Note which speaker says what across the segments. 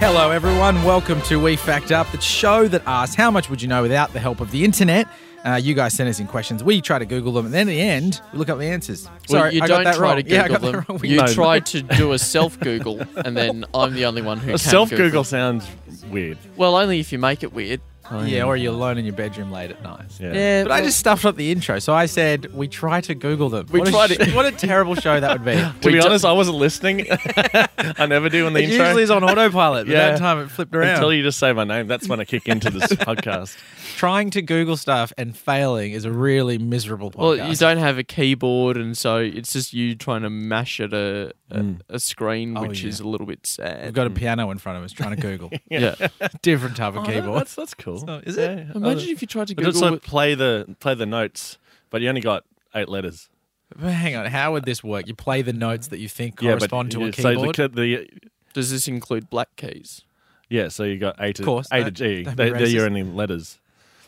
Speaker 1: Hello, everyone. Welcome to We Fact Up, the show that asks how much would you know without the help of the internet. Uh, you guys send us in questions. We try to Google them, and then at the end, we look up the answers.
Speaker 2: Well,
Speaker 1: Sorry,
Speaker 2: you
Speaker 1: I
Speaker 2: don't
Speaker 1: got that
Speaker 2: try
Speaker 1: wrong.
Speaker 2: to Google
Speaker 1: yeah, I got
Speaker 2: them.
Speaker 1: that wrong.
Speaker 2: You
Speaker 3: No.
Speaker 2: try to do a self Google, and then I'm the only one who can
Speaker 3: Self Google
Speaker 2: Google.
Speaker 3: sounds weird.
Speaker 2: Well, only if you make it weird.
Speaker 1: yeah, or you're alone in your bedroom late at night.
Speaker 3: Yeah.
Speaker 2: Yeah,
Speaker 1: Oh, But I just stuffed up the intro, so I said we try to Google them.
Speaker 2: We
Speaker 1: what
Speaker 2: try
Speaker 1: a, sh-
Speaker 2: to-
Speaker 1: What a terrible show that would be.
Speaker 3: To
Speaker 2: We
Speaker 3: be
Speaker 2: do-
Speaker 3: honest, I wasn't listening. I never do in the
Speaker 1: it
Speaker 3: intro.
Speaker 1: usually is on autopilot, but
Speaker 3: Yeah.
Speaker 1: that time it flipped around.
Speaker 3: Until you just say my name, that's when I kick into this podcast.
Speaker 1: Trying to Google stuff and failing is a really miserable
Speaker 2: Well,
Speaker 1: podcast.
Speaker 2: you don't have a keyboard, and so it's just you trying to mash at a a, a screen,
Speaker 1: Oh,
Speaker 2: which
Speaker 1: yeah.
Speaker 2: is a little bit
Speaker 1: We've
Speaker 2: sad.
Speaker 1: got a piano in front of us trying to Google.
Speaker 2: yeah.
Speaker 1: Different type of
Speaker 3: Oh, that-
Speaker 1: keyboard.
Speaker 3: That's that's cool.
Speaker 1: not- is it?
Speaker 3: Yeah. Uh,
Speaker 2: Imagine if you tried to
Speaker 3: But it's
Speaker 2: Google.
Speaker 3: like
Speaker 2: with-
Speaker 3: play the play the notes, but you only got eight letters.
Speaker 1: But hang on, how would this work? You play the notes that you think correspond to a
Speaker 3: so the
Speaker 1: keyboard.
Speaker 3: ki- the,
Speaker 2: does this include black keys?
Speaker 3: yeah, so you got eight, of
Speaker 1: course,
Speaker 3: eight
Speaker 1: don't-
Speaker 3: to G.
Speaker 1: don't
Speaker 3: They,
Speaker 1: be
Speaker 3: they're your
Speaker 1: racist.
Speaker 3: only letters.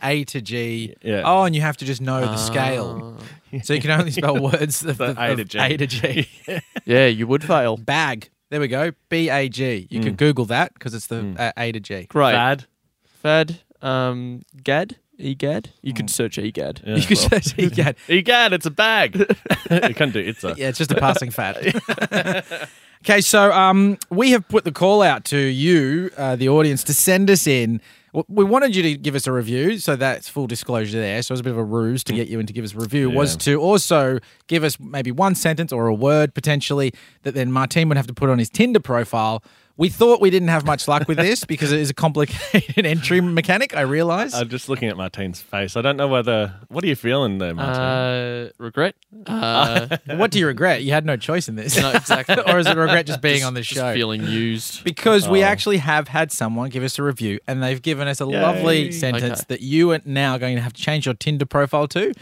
Speaker 1: a to G.
Speaker 3: Yeah.
Speaker 1: Oh, and you have to just know the scale.
Speaker 2: Ah.
Speaker 1: So you can only spell words of,
Speaker 3: The
Speaker 1: the,
Speaker 3: A
Speaker 1: of
Speaker 3: to G.
Speaker 1: A to G.
Speaker 2: Yeah, you would fail.
Speaker 1: Bag. There we go. B A G. You
Speaker 3: Mm.
Speaker 1: can Google that because it's the uh, A to G.
Speaker 2: Great.
Speaker 3: Bad.
Speaker 2: Fad. Um, Gad. Egad. You
Speaker 1: Mm.
Speaker 2: could search E Egad.
Speaker 3: Yeah,
Speaker 1: You could
Speaker 3: well.
Speaker 1: search EGAD.
Speaker 3: Egad, it's a bag. you can't do it's a.
Speaker 1: Yeah, it's just a passing fad. okay, so um, we have put the call out to you, uh, the audience, to send us in. w- We wanted you to give us a review, so that's full disclosure there. So it was a bit of a ruse
Speaker 2: Mm.
Speaker 1: to get you in to give us a review, was to also give us maybe one sentence or a word potentially that then Martin would have to put on his Tinder profile. We thought we didn't have much luck with this because it is a complicated entry mechanic, I realise.
Speaker 3: I'm just looking at Martine's face. I don't know whether. What are you feeling there, Martine?
Speaker 2: Uh, regret. Uh,
Speaker 1: what do you regret? You had no choice in this.
Speaker 2: no, exactly.
Speaker 1: or is it regret just being
Speaker 2: Just-
Speaker 1: on the show?
Speaker 2: Just feeling used.
Speaker 1: Because we
Speaker 3: Oh.
Speaker 1: actually have had someone give us a review and they've given us a lovely
Speaker 3: Yay.
Speaker 1: sentence
Speaker 2: Okay.
Speaker 1: that you are now going to have to change your Tinder profile to,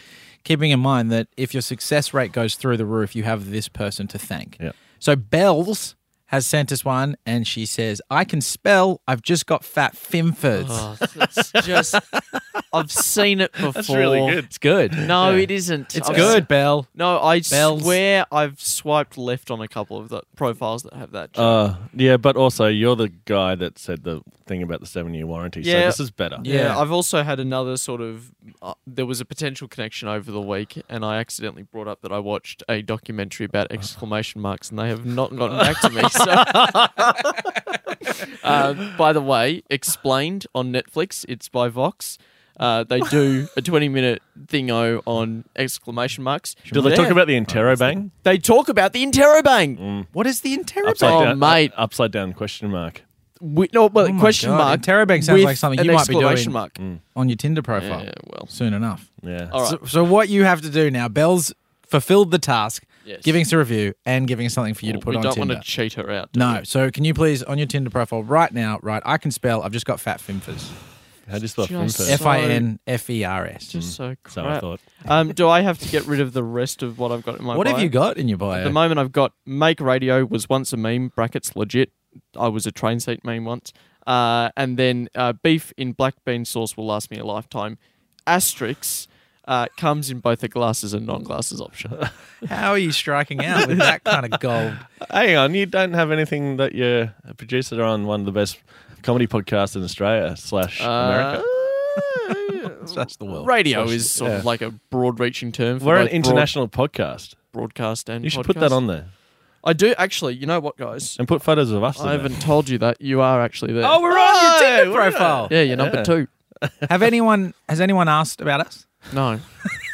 Speaker 1: keeping in mind that if your success rate goes through the roof, you have this person to thank.
Speaker 3: Yep.
Speaker 1: So Bells has sent us one and she says, I can spell, I've just got fat fimfords.
Speaker 2: Oh, it's just. I've seen it before.
Speaker 3: That's really good.
Speaker 1: Oh. It's good.
Speaker 2: No, it isn't.
Speaker 1: It's
Speaker 2: I've
Speaker 1: good,
Speaker 2: s-
Speaker 1: Bell.
Speaker 2: No, I
Speaker 1: Bells.
Speaker 2: swear I've swiped left on a couple of the profiles that have that.
Speaker 3: Uh, yeah, but also you're the guy that said the thing about the seven year warranty.
Speaker 2: Yeah.
Speaker 3: So this is better.
Speaker 2: yeah.
Speaker 1: yeah.
Speaker 2: I've also had another sort of. Uh, there was a potential connection over the week, and I accidentally brought up that I watched a documentary about exclamation marks, and they have not gotten back to me. So, uh, by the way, explained on Netflix. It's by Vox. Uh, they do a twenty-minute thingo on exclamation marks.
Speaker 3: Do they
Speaker 2: Yeah.
Speaker 3: talk about the interrobang?
Speaker 2: They talk about the interrobang.
Speaker 1: What is the interrobang?
Speaker 3: Upside
Speaker 2: Oh,
Speaker 3: down,
Speaker 2: mate.
Speaker 3: u- upside down question mark.
Speaker 2: We, no, but
Speaker 1: Oh my
Speaker 2: question
Speaker 1: God,
Speaker 2: mark.
Speaker 1: interrobang sounds
Speaker 2: with
Speaker 1: like something
Speaker 2: an
Speaker 1: you might be doing.
Speaker 2: exclamation Mark.
Speaker 1: On your Tinder profile.
Speaker 2: Yeah, well,
Speaker 1: Soon enough.
Speaker 3: Yeah.
Speaker 2: all right.
Speaker 1: So, so what you have to do now, Bell's fulfilled the task,
Speaker 2: Yes.
Speaker 1: giving us a review and giving us something for you to put
Speaker 2: we
Speaker 1: on
Speaker 2: don't
Speaker 1: Tinder.
Speaker 2: want to cheat her out. do
Speaker 1: no, so can you please on your Tinder profile right now? Right, I can spell. I've just got fat finfers.
Speaker 3: How do you spell
Speaker 2: Just-
Speaker 3: finfers?
Speaker 1: F I N F E R S.
Speaker 2: Just so crap.
Speaker 3: So Mm. I thought.
Speaker 2: Um, do I have to get rid of the rest of what I've got in my
Speaker 1: What have
Speaker 2: bio?
Speaker 1: you got in your
Speaker 2: At
Speaker 1: bio?
Speaker 2: the moment, I've got make radio was once a meme, brackets legit. I was a train seat meme once. Uh, and then uh, beef in black bean sauce will last me a lifetime. Asterix uh, comes in both a glasses and non glasses option.
Speaker 1: How are you striking out with that kind of gold?
Speaker 3: Hang on, you don't have anything that you're a producer on one of the best comedy podcasts in Australia
Speaker 2: Uh,
Speaker 3: slash America.
Speaker 1: That's the world.
Speaker 2: radio is sort of like a broad reaching term for
Speaker 3: We're an
Speaker 2: both broad-
Speaker 3: international podcast.
Speaker 2: broadcast and
Speaker 3: You should put that
Speaker 2: podcast.
Speaker 3: on there
Speaker 2: I do actually. You know what, guys?
Speaker 3: and put photos of us. in
Speaker 2: I
Speaker 3: there.
Speaker 2: haven't told you that you are actually there.
Speaker 1: Oh, we're on your Tinder profile.
Speaker 2: yeah, you're number
Speaker 3: Yeah.
Speaker 2: two.
Speaker 1: Have anyone has anyone asked about us?
Speaker 2: No,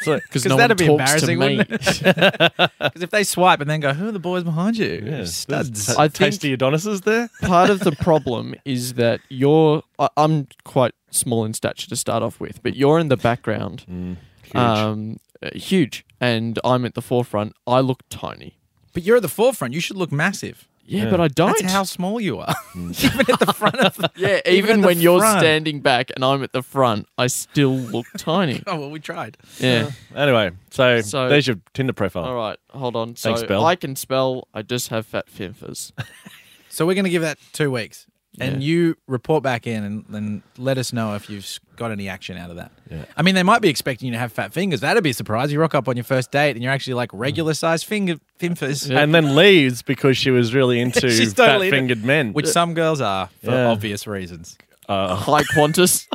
Speaker 3: So,
Speaker 2: because
Speaker 1: 'Cause
Speaker 2: no
Speaker 1: that'd
Speaker 2: one
Speaker 1: be
Speaker 2: talks to
Speaker 1: embarrassing,
Speaker 2: me.
Speaker 1: wouldn't
Speaker 2: Uh,
Speaker 1: Because if they swipe and then go, "Who are the boys behind you?"
Speaker 3: yeah,
Speaker 1: Studs.
Speaker 3: there's
Speaker 2: I
Speaker 3: ta- tasty Adonises there.
Speaker 2: Part of the problem is that you're. I, I'm quite small in stature to start off with, but you're in the background,
Speaker 1: Mm.
Speaker 3: Mm, Huge.
Speaker 2: um, uh, huge, and I'm at the forefront. I look tiny.
Speaker 1: But you're at the forefront. You should look massive.
Speaker 2: Yeah,
Speaker 3: Yeah.
Speaker 2: but I don't. Mm.
Speaker 1: That's how small you are. Even at the front of the
Speaker 2: yeah,
Speaker 1: even
Speaker 2: even,
Speaker 1: at the
Speaker 2: when you're
Speaker 1: front.
Speaker 2: standing back and I'm at the front, I still look tiny.
Speaker 1: Oh well, we tried.
Speaker 2: Yeah.
Speaker 3: Anyway, so,
Speaker 2: So-
Speaker 3: there's your Tinder profile.
Speaker 2: All right, hold on. So
Speaker 3: Thanks, Bell.
Speaker 2: I can spell. I just have fat fimfers.
Speaker 1: So we're going to give that two weeks. and you report back in and then let us know if you've s- got any action out of that.
Speaker 3: Yeah.
Speaker 1: I mean, they might be expecting you to have fat fingers. That'd be a surprise. You rock up on your first date and you're actually like regular
Speaker 3: Mm.
Speaker 1: sized finger finfers,
Speaker 3: And then leaves because she was really into
Speaker 1: She's totally
Speaker 3: fat
Speaker 1: into-
Speaker 3: fingered men.
Speaker 1: which some girls are for
Speaker 3: Yeah.
Speaker 1: obvious reasons. Oh.
Speaker 3: uh,
Speaker 2: High Qantas.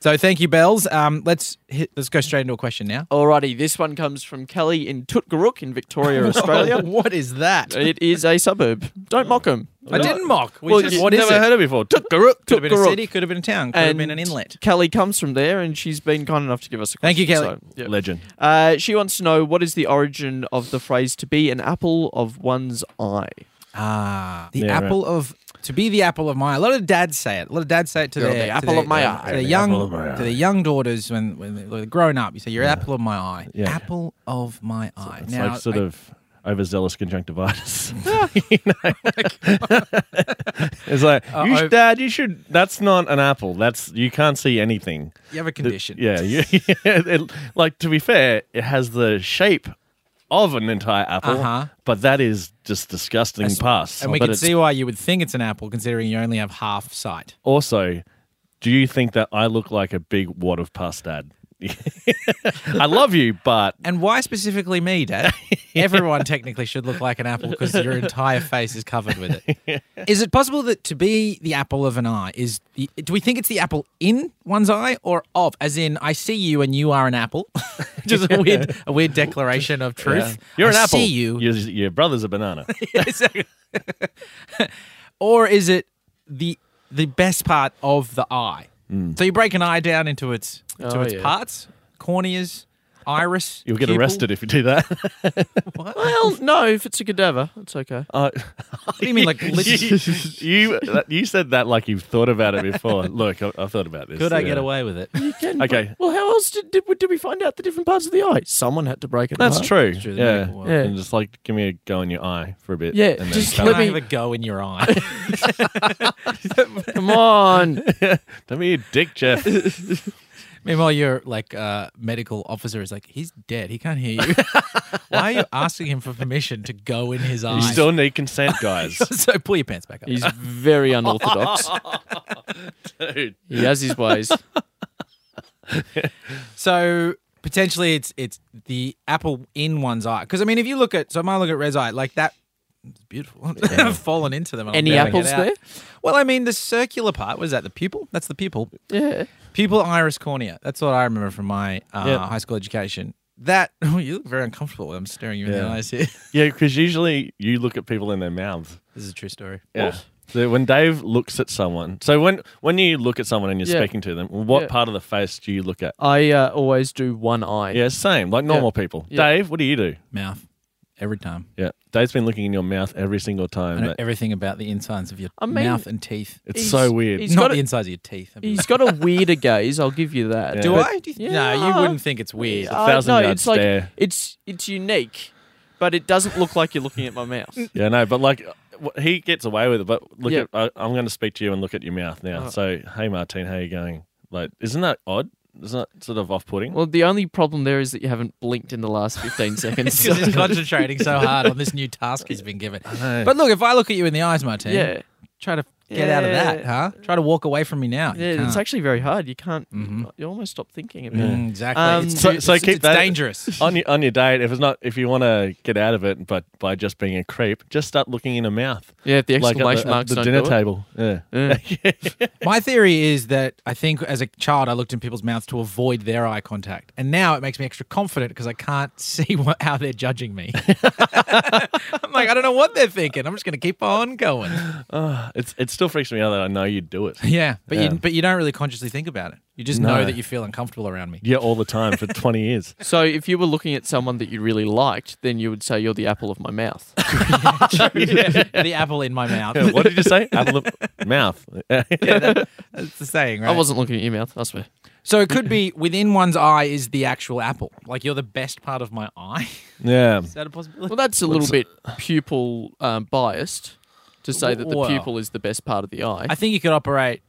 Speaker 1: So thank you, Bells. Um, let's hit, let's go straight into a question now.
Speaker 2: Alrighty, this one comes from Kelly in Tutgaruk in Victoria, Australia.
Speaker 1: what is that?
Speaker 2: It is a suburb. Don't mock them.
Speaker 1: I didn't mock. We
Speaker 2: Well,
Speaker 1: said,
Speaker 2: you
Speaker 1: what is
Speaker 3: never
Speaker 1: it?
Speaker 3: heard of it before.
Speaker 1: could have been a city. Could have been a town. Could have been an inlet.
Speaker 2: Kelly comes from there, and she's been kind enough to give us a
Speaker 1: Thank
Speaker 2: question.
Speaker 1: you, Kelly.
Speaker 2: so, yeah.
Speaker 3: Legend.
Speaker 2: Uh, she wants to know what is the origin of the phrase "to be an apple of one's eye."
Speaker 1: Ah, the
Speaker 3: Yeah, right.
Speaker 1: apple of to be the apple of my. eye. A lot of dads say it. A lot of dads say it to
Speaker 2: You're
Speaker 1: their
Speaker 2: the
Speaker 1: to
Speaker 2: apple
Speaker 1: their- um,
Speaker 2: of my
Speaker 1: To
Speaker 2: eye.
Speaker 1: their
Speaker 3: The
Speaker 1: young
Speaker 3: apple of my
Speaker 1: to
Speaker 3: eye.
Speaker 1: their young daughters when when they're they're grown up. You say you're apple of my eye.
Speaker 3: Yeah.
Speaker 1: Apple of my eye.
Speaker 3: It's
Speaker 1: now,
Speaker 3: like sort
Speaker 1: I-
Speaker 3: of overzealous conjunctivitis. You know? it's like, you
Speaker 1: Uh-oh.
Speaker 3: sh- Dad, you should. That's not an apple. That's you can't see anything.
Speaker 1: you have a
Speaker 3: Th-
Speaker 1: condition.
Speaker 3: Yeah, you, it, like to be fair, it has the shape of an entire apple,
Speaker 1: Uh-huh.
Speaker 3: but that is just disgusting.
Speaker 1: That's-
Speaker 3: pus.
Speaker 1: And we
Speaker 3: But
Speaker 1: can
Speaker 3: it's
Speaker 1: see why you would think it's an apple, considering you only have half sight.
Speaker 3: Also, do you think that I look like a big wad of pus, Dad? I love you, but
Speaker 1: And why specifically me, Dad? Everyone technically should look like an apple because your entire face is covered with it. Is it possible that to be the apple of an eye is? The, do we think it's the apple in one's eye or of? As in, I see you and you are an apple. Just a weird, a weird declaration of truth.
Speaker 3: you're an
Speaker 1: I
Speaker 3: apple.
Speaker 1: See you.
Speaker 3: Your, your brother's a banana.
Speaker 1: Exactly. or is it the the best part of the eye?
Speaker 3: Hmm.
Speaker 1: So you break an eye down into its into
Speaker 2: Oh,
Speaker 1: its
Speaker 2: yeah.
Speaker 1: parts, corneas, iris.
Speaker 3: You'll get
Speaker 1: pupil.
Speaker 3: arrested if you do that.
Speaker 2: Well, no, if it's a cadaver, it's okay.
Speaker 3: Uh,
Speaker 1: What do you mean, like
Speaker 3: you,
Speaker 1: literally?
Speaker 3: you you said that like you've thought about it before. Look, I, I thought about this.
Speaker 1: Could I get
Speaker 3: Yeah.
Speaker 1: away with it?
Speaker 2: You can,
Speaker 3: Okay.
Speaker 2: Well, how else did, did, we- did we find out the different parts of the eye? Someone had to break it.
Speaker 3: That's
Speaker 2: apart.
Speaker 3: true.
Speaker 1: true, the
Speaker 3: Yeah.
Speaker 1: medical world.
Speaker 2: Yeah.
Speaker 3: and just like give me a go in your eye for a bit.
Speaker 2: Yeah,
Speaker 3: and then
Speaker 2: just
Speaker 3: come
Speaker 1: Can
Speaker 2: let
Speaker 1: I
Speaker 2: me-
Speaker 1: have a go in your eye?
Speaker 2: Come on.
Speaker 3: back. Don't be a dick, Jeff.
Speaker 1: Meanwhile, your like uh, medical officer is like, he's dead. He can't hear you. Why are you asking him for permission to go in his eye?
Speaker 3: you still need consent, guys.
Speaker 1: so pull your pants back up.
Speaker 2: He's very unorthodox.
Speaker 3: Dude.
Speaker 2: He has his ways.
Speaker 1: So potentially, it's it's the apple in one's eye. Because I mean, if you look at so, I look at Red's eye like that. It's beautiful. I've fallen into them. and I'm
Speaker 2: Any
Speaker 1: blowing it
Speaker 2: apples
Speaker 1: out.
Speaker 2: there?
Speaker 1: Well, I mean, the circular part was that the pupil. That's the pupil.
Speaker 2: Yeah.
Speaker 1: Pupil iris cornea. That's what I remember from my uh,
Speaker 3: Yeah.
Speaker 1: high school education. That oh, you look very uncomfortable. I'm staring you in the
Speaker 3: Yeah.
Speaker 1: eyes here.
Speaker 3: Yeah, because usually you look at people in their mouths.
Speaker 1: This is a true story.
Speaker 3: Yeah. So when Dave looks at someone, so when when you look at someone and you're
Speaker 2: Yeah.
Speaker 3: speaking to them, what
Speaker 2: Yeah.
Speaker 3: part of the face do you look at?
Speaker 2: I uh, always do one eye.
Speaker 3: Yeah, same like normal people.
Speaker 2: Yeah.
Speaker 3: Dave, what do you do?
Speaker 1: Mouth every time.
Speaker 3: Yeah, Dave's been looking in your mouth every single
Speaker 1: I
Speaker 3: time.
Speaker 1: know
Speaker 3: That-
Speaker 1: everything about the insides of your
Speaker 2: I mean-
Speaker 1: mouth and teeth.
Speaker 3: It's
Speaker 2: He's-
Speaker 3: so weird.
Speaker 2: he's-
Speaker 1: Not
Speaker 2: got
Speaker 1: the
Speaker 2: it-
Speaker 1: insides of your teeth. That'd be
Speaker 2: He's got a weirder gaze. I'll give you that.
Speaker 3: Yeah.
Speaker 1: Do
Speaker 3: But-
Speaker 1: I? Do you th-
Speaker 2: Yeah.
Speaker 1: No, you wouldn't think it's weird.
Speaker 3: a thousand
Speaker 2: no,
Speaker 3: yard
Speaker 2: it's like
Speaker 3: stare.
Speaker 2: it's it's unique, but it doesn't look like you're looking at my mouth.
Speaker 3: Yeah, no, but like wh- he gets away with it. But look,
Speaker 2: Yeah. Uh-huh.
Speaker 3: at, I, I'm going to speak to you and look at your mouth now. So, hey, Martine, how you going? Like, isn't that odd? Isn't that sort of off-putting?
Speaker 2: Well, the only problem there is that you haven't blinked in the last fifteen seconds.
Speaker 1: because
Speaker 2: so-
Speaker 1: he's concentrating so hard on this new task he's been given. But look, if I look at you in the eyes, Martin,
Speaker 2: yeah,
Speaker 1: try to get out of that, huh? Try to walk away from me now. You
Speaker 2: yeah, it's
Speaker 1: can't.
Speaker 2: actually very hard. You can't.
Speaker 3: Mm-hmm.
Speaker 2: You almost stop thinking about it.
Speaker 1: Mm, exactly.
Speaker 2: Um,
Speaker 1: it's
Speaker 2: So-
Speaker 1: too-
Speaker 3: so
Speaker 1: it's,
Speaker 3: keep
Speaker 1: it's
Speaker 3: that-
Speaker 1: dangerous.
Speaker 3: on your on your date, if it's not, if you want to get out of it, but by just being a creep, just start looking in her mouth,
Speaker 2: Yeah, if the
Speaker 3: like
Speaker 2: exclamation
Speaker 3: at the, at
Speaker 2: marks
Speaker 3: the
Speaker 2: don't
Speaker 3: dinner
Speaker 2: do it.
Speaker 3: table. Yeah.
Speaker 1: My theory is that I think as a child I looked in people's mouths to avoid their eye contact, and now it makes me extra confident because I can't see what, how they're judging me. I'm like, I don't know what they're thinking. I'm just going to keep on going.
Speaker 3: Ah, it's it still freaks me out that I know you'd do it.
Speaker 1: Yeah, but
Speaker 3: Yeah.
Speaker 1: you but you don't really consciously think about it. You just know
Speaker 3: No.
Speaker 1: that you feel uncomfortable around me.
Speaker 3: Yeah, all the time for 20 years.
Speaker 2: So if you were looking at someone that you really liked, then you would say you're the apple of my mouth.
Speaker 1: the apple in my mouth.
Speaker 3: Yeah, what did you say? Apple of- mouth.
Speaker 1: That's the saying, right?
Speaker 2: I wasn't looking at your mouth. I swear.
Speaker 1: So it could be within one's eye is the actual apple. Like you're the best part of my eye.
Speaker 3: yeah.
Speaker 1: Is that a possibility?
Speaker 2: Well, that's a little bit pupil um, biased to say that the
Speaker 1: Well-
Speaker 2: pupil is the best part of the eye.
Speaker 1: I think you could operate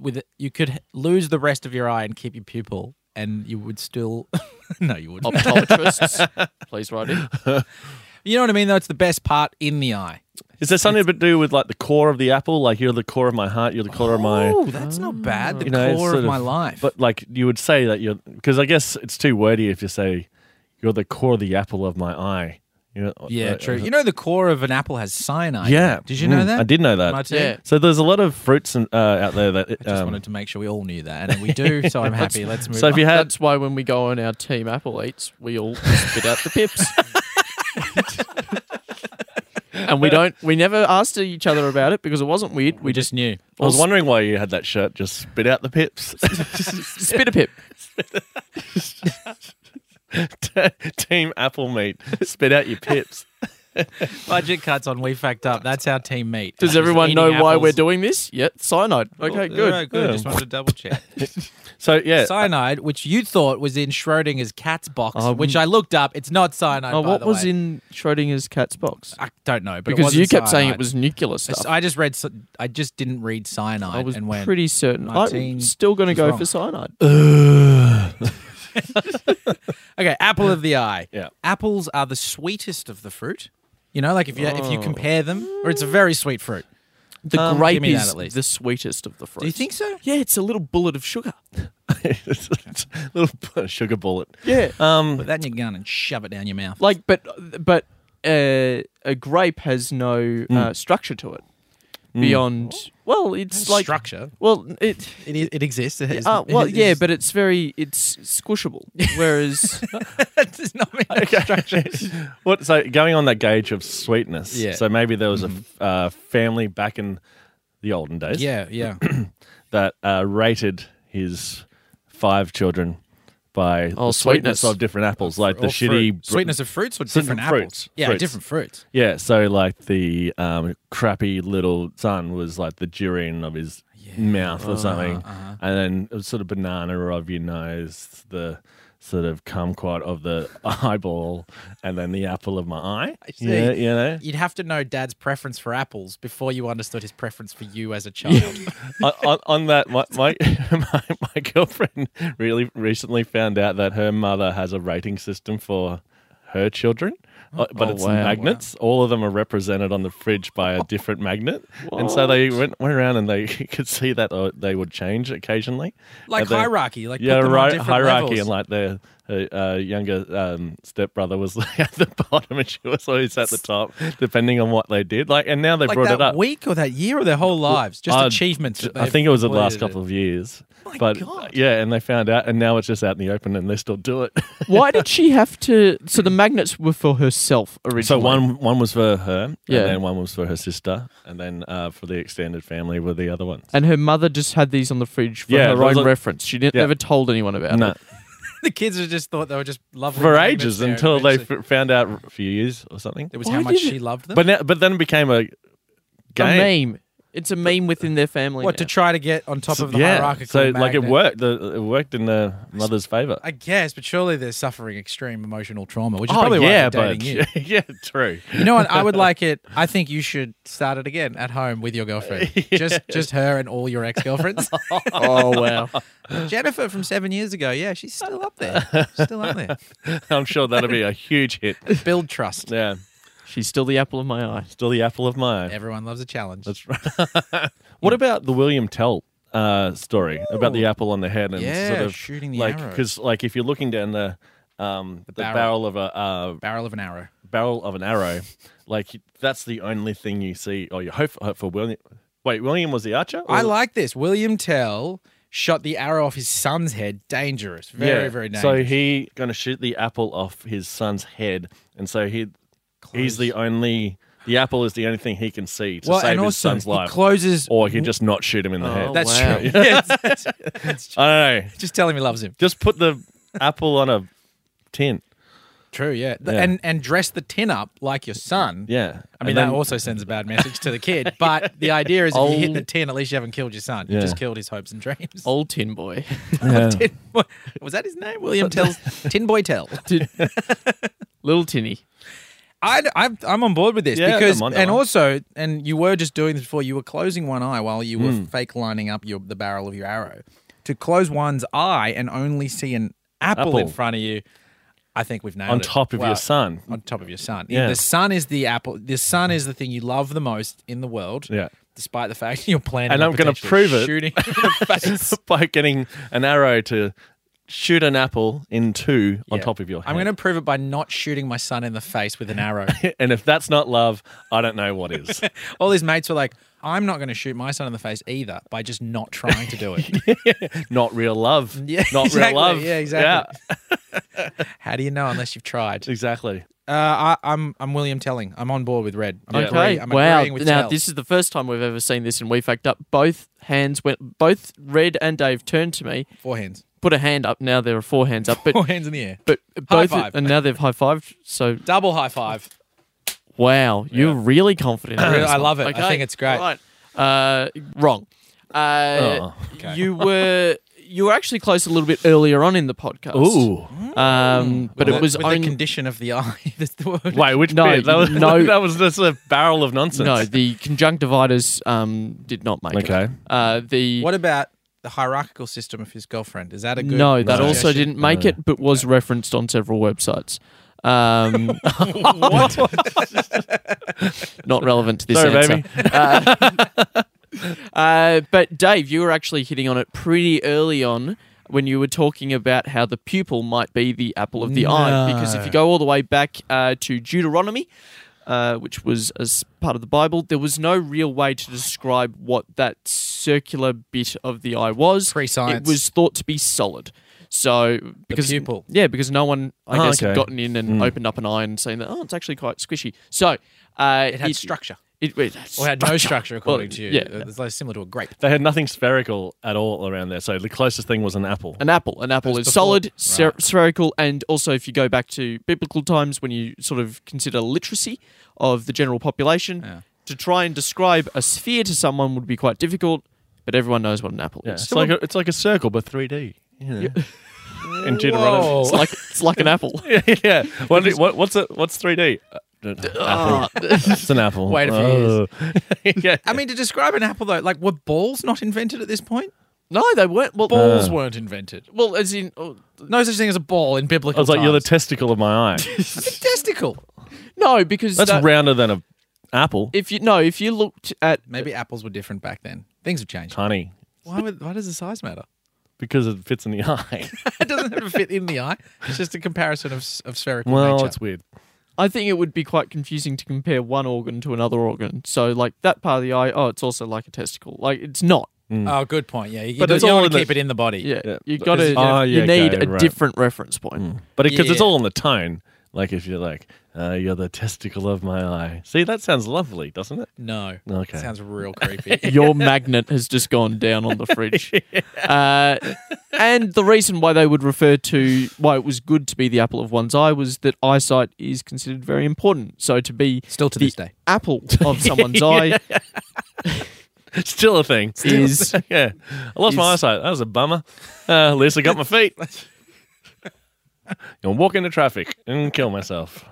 Speaker 1: with you could lose the rest of your eye and keep your pupil, and you would still. no, you wouldn't.
Speaker 2: Optometrists, please write in.
Speaker 1: You know what I mean? Though it's the best part in the eye.
Speaker 3: Is there something to do with like the core of the apple? Like you're the core of my heart, you're the core of my.
Speaker 1: Oh, that's not bad. The
Speaker 3: You know, it's
Speaker 1: core of
Speaker 3: sort
Speaker 1: my
Speaker 3: of-
Speaker 1: life.
Speaker 3: But like you would say that you're because I guess it's too wordy if you say you're the core of the apple of my eye. You know,
Speaker 1: yeah,
Speaker 3: uh,
Speaker 1: true.
Speaker 3: uh,
Speaker 1: You know, the core of an apple has cyanide. in
Speaker 3: yeah.
Speaker 1: it. Did you know
Speaker 3: Mm,
Speaker 1: that?
Speaker 3: I did know that.
Speaker 1: Martin?
Speaker 2: Yeah.
Speaker 3: So there's a lot of fruits and, uh, out there that.
Speaker 1: I just
Speaker 3: um,
Speaker 1: wanted to make sure we all knew that, and we do. So I'm happy. Let's move.
Speaker 3: so if
Speaker 1: on.
Speaker 3: you had
Speaker 2: That's why when we go on our team Apple Eats, we all spit out the pips. and we don't we never asked each other about it because it wasn't weird. We
Speaker 1: we
Speaker 2: just
Speaker 1: just knew.
Speaker 3: I was wondering why you had that shirt. Just spit out the pips.
Speaker 2: spit a pip.
Speaker 3: Team Apple Meat, spit out your pips.
Speaker 1: Budget cuts on We Fact Up. That's our team meet.
Speaker 2: Does everyone know why we're doing this? Yep, cyanide. Okay, good.
Speaker 1: good.
Speaker 3: Yeah.
Speaker 1: Just wanted to double check.
Speaker 3: So yeah,
Speaker 1: Cyanide, which you thought was in Schrodinger's cat's box,
Speaker 2: Um,
Speaker 1: which I looked up. It's not cyanide.
Speaker 2: Oh,
Speaker 1: by
Speaker 2: what
Speaker 1: the
Speaker 2: was
Speaker 1: way.
Speaker 2: in Schrodinger's cat's box?
Speaker 1: I don't know, but it
Speaker 2: Because you
Speaker 1: wasn't
Speaker 2: kept saying it
Speaker 1: cyanide.
Speaker 2: was nuclear stuff.
Speaker 1: I just read. cy- I just didn't read cyanide.
Speaker 2: I was
Speaker 1: and went,
Speaker 2: pretty certain. I'm
Speaker 1: 19
Speaker 2: still going to
Speaker 1: was
Speaker 2: go
Speaker 1: wrong.
Speaker 2: for cyanide.
Speaker 1: Okay, apple of the eye.
Speaker 3: Yeah.
Speaker 1: Apples are the sweetest of the fruit. You know, like if you if
Speaker 2: Oh.
Speaker 1: you compare them, or it's a very sweet fruit.
Speaker 2: The
Speaker 1: Um,
Speaker 2: grape
Speaker 1: give me that
Speaker 2: is
Speaker 1: at least.
Speaker 2: the sweetest of the fruits.
Speaker 1: Do you think so?
Speaker 2: Yeah, it's a little bullet of sugar.
Speaker 3: it's a little sugar bullet.
Speaker 2: Yeah.
Speaker 3: Um,
Speaker 1: Put that in your gun and shove it down your mouth.
Speaker 2: like but but uh, a grape has no
Speaker 3: Hmm.
Speaker 2: uh, structure to it beyond well it's like
Speaker 1: structure.
Speaker 2: well it
Speaker 1: It i- it exists. It has-
Speaker 2: uh, well
Speaker 1: it
Speaker 2: yeah
Speaker 1: is-
Speaker 2: but it's very it's squishable whereas
Speaker 1: that does not mean that structure.
Speaker 3: what? So going on that gauge of sweetness.
Speaker 1: Yeah. Mm-hmm.
Speaker 3: So maybe there was a uh, family back in the olden days
Speaker 1: Yeah, yeah.
Speaker 3: that uh, rated his five children by
Speaker 2: Oh,
Speaker 3: the sweetness
Speaker 2: sweetness.
Speaker 3: of different apples, like the
Speaker 1: Or
Speaker 3: shitty
Speaker 1: fruit. sweetness of fruits or
Speaker 3: Different
Speaker 1: different,
Speaker 3: fruits.
Speaker 1: apples. Yeah,
Speaker 3: Fruits.
Speaker 1: different fruits.
Speaker 3: Yeah, so like the um, crappy little son was like the durian of his mouth or something, and then it was sort of banana of your nose, the sort of kumquat of the eyeball, and then the apple of my eye.
Speaker 1: see.
Speaker 3: Yeah, you know,
Speaker 1: You'd have to know Dad's preference for apples before you understood his preference for you as a child.
Speaker 3: on, on, on that, my my, my my girlfriend really recently found out that her mother has a rating system for her children. uh, But
Speaker 2: Oh,
Speaker 3: it's
Speaker 2: wow.
Speaker 3: magnets. All of them are represented on the fridge by a different magnet, and so they went, went around and they could see that uh, they would change occasionally.
Speaker 1: like
Speaker 3: And they-
Speaker 1: hierarchy, like
Speaker 3: yeah,
Speaker 1: put them on
Speaker 3: right,
Speaker 1: different
Speaker 3: hierarchy,
Speaker 1: levels.
Speaker 3: and like their her, uh, younger um, stepbrother was at the bottom, and she was always at the top, depending on what they did. Like, and now they
Speaker 1: like
Speaker 3: brought
Speaker 1: that
Speaker 3: it up.
Speaker 1: week or that year or their whole lives, just
Speaker 3: Uh,
Speaker 1: achievements. that
Speaker 3: I
Speaker 1: they've
Speaker 3: think it was the last
Speaker 1: completed.
Speaker 3: couple of years.
Speaker 1: My
Speaker 3: but uh,
Speaker 1: God.
Speaker 3: yeah, and they found out, and now it's just out in the open, and they still do it.
Speaker 2: why did she have to so the magnets were for herself originally
Speaker 3: so one one was for her,
Speaker 2: Yeah.
Speaker 3: and then one was for her sister, and then uh, for the extended family were the other ones.
Speaker 2: and her mother just had these on the fridge for
Speaker 3: Yeah,
Speaker 2: her
Speaker 3: there was
Speaker 2: own
Speaker 3: a-
Speaker 2: reference she didn't
Speaker 3: yeah.
Speaker 2: never told anyone about
Speaker 3: No,
Speaker 2: it
Speaker 1: the kids have just thought they were just lovely
Speaker 3: for
Speaker 1: moments
Speaker 3: ages
Speaker 1: there,
Speaker 3: until
Speaker 1: and
Speaker 3: they
Speaker 1: eventually
Speaker 3: f- found out a few years or something.
Speaker 1: it was
Speaker 2: Why
Speaker 1: how much
Speaker 2: did it-
Speaker 1: she loved them.
Speaker 3: But now, but then it became a game.
Speaker 2: a meme it's a meme within their family
Speaker 1: what to
Speaker 2: now.
Speaker 1: try to get on top of the
Speaker 3: yeah,
Speaker 1: hierarchical?
Speaker 3: so like it
Speaker 1: magnet.
Speaker 3: worked. The, it worked in the mother's favor.
Speaker 1: I guess, but surely they're suffering extreme emotional trauma, which is
Speaker 3: Oh
Speaker 1: probably
Speaker 3: yeah,
Speaker 1: why they're
Speaker 3: but
Speaker 1: dating you.
Speaker 3: yeah, true.
Speaker 1: You know what? I would like it. I think you should start it again at home with your girlfriend. Just just her and all your ex girlfriends.
Speaker 2: oh wow
Speaker 1: Jennifer from seven years ago. Yeah, she's still up there. Still up there.
Speaker 3: I'm sure that'll be a huge hit.
Speaker 1: Build trust.
Speaker 3: Yeah,
Speaker 2: she's still the apple of my eye
Speaker 3: still the apple of my eye.
Speaker 1: Everyone loves a challenge.
Speaker 3: That's right. what about the William Tell uh, story about the apple on the head and
Speaker 1: Yeah,
Speaker 3: sort of
Speaker 1: shooting the
Speaker 3: like
Speaker 1: arrow.
Speaker 3: because like if you're looking down the um, the, barrel.
Speaker 1: barrel.
Speaker 3: of a uh,
Speaker 1: Barrel of an arrow.
Speaker 3: barrel of an arrow, like that's the only thing you see. Or you hope, hope for William. Wait, William was the archer. Or-
Speaker 1: I like this. William Tell shot the arrow off his son's head. Dangerous. Very,
Speaker 3: Yeah.
Speaker 1: very dangerous.
Speaker 3: So he going to shoot the apple off his son's head, and so he he's the only. The apple is the only thing he can see to
Speaker 1: well,
Speaker 3: save
Speaker 1: and
Speaker 3: his
Speaker 1: also
Speaker 3: son's life,
Speaker 1: he closes.
Speaker 3: or he can just not shoot him in the
Speaker 2: Oh,
Speaker 3: head.
Speaker 1: that's
Speaker 2: Wow.
Speaker 1: true. Yeah, that's- that's true.
Speaker 3: I don't know.
Speaker 1: Just tell him he loves him.
Speaker 3: Just put the apple on a tin.
Speaker 1: True. Yeah. Th-
Speaker 3: Yeah.
Speaker 1: And and dress the tin up like your son.
Speaker 3: Yeah.
Speaker 1: I mean, that also sends a bad message to the kid. But the idea is if you hit the tin, at least you haven't killed your son.
Speaker 3: Yeah.
Speaker 1: You just killed his hopes and dreams.
Speaker 2: old tin boy
Speaker 1: Tin Boy- Was that his name? William Tell's Tin Boy Tell.
Speaker 2: little tinny
Speaker 1: I, I, I'm on board with this
Speaker 3: Yeah, I
Speaker 1: because,
Speaker 3: don't mind
Speaker 1: and
Speaker 3: that one.
Speaker 1: also, and you were just doing this before. You were closing one eye while you
Speaker 3: Hmm.
Speaker 1: were fake lining up your the barrel of your arrow. To close one's eye and only see an apple, in
Speaker 3: Apple.
Speaker 1: front of you, I think we've nailed
Speaker 3: on
Speaker 1: it.
Speaker 3: top of
Speaker 1: Wow.
Speaker 3: your sun.
Speaker 1: On top of your sun.
Speaker 3: Yeah.
Speaker 1: The sun is the apple. The sun is the thing you love the most in the world.
Speaker 3: Yeah.
Speaker 1: Despite the fact you're planning
Speaker 3: And
Speaker 1: on
Speaker 3: I'm gonna
Speaker 1: potentially
Speaker 3: prove it.
Speaker 1: Shooting in the face.
Speaker 3: By getting an arrow to shoot an apple in two on
Speaker 1: Yeah.
Speaker 3: top of your head.
Speaker 1: I'm going to prove it by not shooting my son in the face with an arrow.
Speaker 3: and if that's not love, I don't know what is.
Speaker 1: All his mates were like, I'm not going to shoot my son in the face either by just not trying to do it.
Speaker 3: not real love.
Speaker 1: Yeah,
Speaker 3: not
Speaker 1: exactly.
Speaker 3: real love.
Speaker 1: Yeah, exactly. How do you know unless you've tried?
Speaker 3: Yeah, exactly.
Speaker 1: Uh, I, I'm I'm William Telling. I'm on board with Red. I'm
Speaker 3: Yeah.
Speaker 1: agree-
Speaker 2: Okay.
Speaker 1: I'm
Speaker 2: wow.
Speaker 1: agreeing with
Speaker 2: now
Speaker 1: Tell.
Speaker 2: this is the first time we've ever seen this in We Fact Up. Both hands went. Both Red and Dave turned to me,
Speaker 1: four hands,
Speaker 2: put a hand up. Now there are four hands up, but
Speaker 1: four hands in the air,
Speaker 2: but
Speaker 1: High
Speaker 2: both
Speaker 1: five.
Speaker 2: and now they've high fived. So
Speaker 1: double high five.
Speaker 2: wow, you're really confident. in
Speaker 1: Really-
Speaker 2: this
Speaker 1: I
Speaker 2: one.
Speaker 1: love it. I think it's great.
Speaker 2: Right. Uh, wrong. Uh,
Speaker 3: Oh.
Speaker 1: Okay.
Speaker 2: You were you were actually close a little bit earlier on in the podcast.
Speaker 3: Ooh.
Speaker 1: Mm.
Speaker 2: Um, but
Speaker 1: With
Speaker 2: it
Speaker 1: the-
Speaker 2: was
Speaker 1: with
Speaker 2: only
Speaker 1: the condition of the eye. That's the word.
Speaker 3: Wait, which
Speaker 2: No,
Speaker 3: bit? That was,
Speaker 2: no.
Speaker 3: that was just a barrel of nonsense.
Speaker 2: no the conjunctivitis um did not make it.
Speaker 3: Okay.
Speaker 2: Uh, the
Speaker 1: What about the hierarchical system of his girlfriend? Is that a good?
Speaker 2: no, that
Speaker 3: No.
Speaker 2: also
Speaker 1: suggestion?
Speaker 2: didn't make it, but was referenced on several websites. Um, not relevant to this
Speaker 3: Sorry,
Speaker 2: answer.
Speaker 3: baby.
Speaker 2: Uh, but Dave, you were actually hitting on it pretty early on when you were talking about how the pupil might be the apple of the eye, because if you go all the way back uh, to Deuteronomy. Uh, which was as part of the Bible, there was no real way to describe what that circular bit of the eye was.
Speaker 1: Pre-science.
Speaker 2: It was thought to be solid. So because
Speaker 1: pupil.
Speaker 2: yeah, because no one I
Speaker 3: Oh,
Speaker 2: guess had
Speaker 3: okay.
Speaker 2: gotten in and opened up an eye and seen that oh, it's actually quite squishy. So uh,
Speaker 1: It had structure.
Speaker 2: It, it had
Speaker 1: Or had no structure according
Speaker 2: Well,
Speaker 1: to you.
Speaker 2: yeah.
Speaker 1: Uh, It's like similar to a grape.
Speaker 3: They had nothing spherical at all around there. So the closest thing was an apple.
Speaker 2: An apple. An apple
Speaker 1: That's
Speaker 2: is
Speaker 1: before-
Speaker 2: solid, spher-
Speaker 1: Right.
Speaker 2: spherical, and also if you go back to biblical times when you sort of consider literacy of the general population,
Speaker 1: Yeah.
Speaker 2: to try and describe a sphere to someone would be quite difficult, but everyone knows what an apple
Speaker 3: Yeah,
Speaker 2: is.
Speaker 3: it's like a, it's like a circle, but 3D. You know. In Deuteronomy.
Speaker 2: It's like it's like an apple.
Speaker 3: yeah, yeah. What, do- what, what's it? What's 3D? Uh, apple. it's an apple.
Speaker 1: Wait a few
Speaker 3: years. yeah.
Speaker 1: I mean, to describe an apple though, like were balls not invented at this point?
Speaker 2: No, they weren't. Well,
Speaker 3: Uh.
Speaker 1: Balls weren't invented.
Speaker 2: well, as in oh,
Speaker 1: No such thing as a ball in biblical
Speaker 3: I was like, you're the
Speaker 1: times.
Speaker 3: testicle of my eye.
Speaker 1: It's a testicle.
Speaker 2: no, because
Speaker 3: That's
Speaker 2: that-
Speaker 3: rounder than a apple.
Speaker 2: if you no, if you looked at
Speaker 1: Maybe apples were different back then. Things have changed.
Speaker 3: Tiny.
Speaker 1: Why, would, why does the size matter?
Speaker 3: Because it fits in the eye.
Speaker 1: It doesn't have to fit in the eye. It's just a comparison of, s- of spherical
Speaker 3: well,
Speaker 1: nature.
Speaker 3: it's weird.
Speaker 2: I think it would be quite confusing to compare one organ to another organ. So, like that part of the eye, oh, it's also like a testicle. Like it's not.
Speaker 1: Oh, good point. Yeah, you,
Speaker 3: But
Speaker 1: but you
Speaker 3: it's
Speaker 1: don't
Speaker 3: all
Speaker 1: want
Speaker 3: in
Speaker 1: to
Speaker 3: the-
Speaker 1: keep it in the body.
Speaker 2: Yeah,
Speaker 3: Yeah.
Speaker 2: you got to.
Speaker 3: Oh,
Speaker 2: you
Speaker 3: yeah,
Speaker 2: need
Speaker 3: okay,
Speaker 2: a
Speaker 3: right.
Speaker 2: different reference point.
Speaker 3: But because it's
Speaker 1: Yeah.
Speaker 3: all in the tone. Like if you're like, uh, you're the testicle of my eye. See, that sounds lovely, doesn't it?
Speaker 1: No.
Speaker 3: Okay.
Speaker 1: Sounds real creepy.
Speaker 2: Your magnet has just gone down on the fridge, uh, and the reason why they would refer to why it was good to be the apple of one's eye was that eyesight is considered very important. So to be
Speaker 1: Still to
Speaker 2: the
Speaker 1: this day.
Speaker 2: apple of someone's eye
Speaker 3: Still a thing.
Speaker 2: is
Speaker 3: yeah. I lost my
Speaker 2: Is-
Speaker 3: eyesight. That was a bummer. Uh, at least I got my feet. And walk into traffic and kill myself.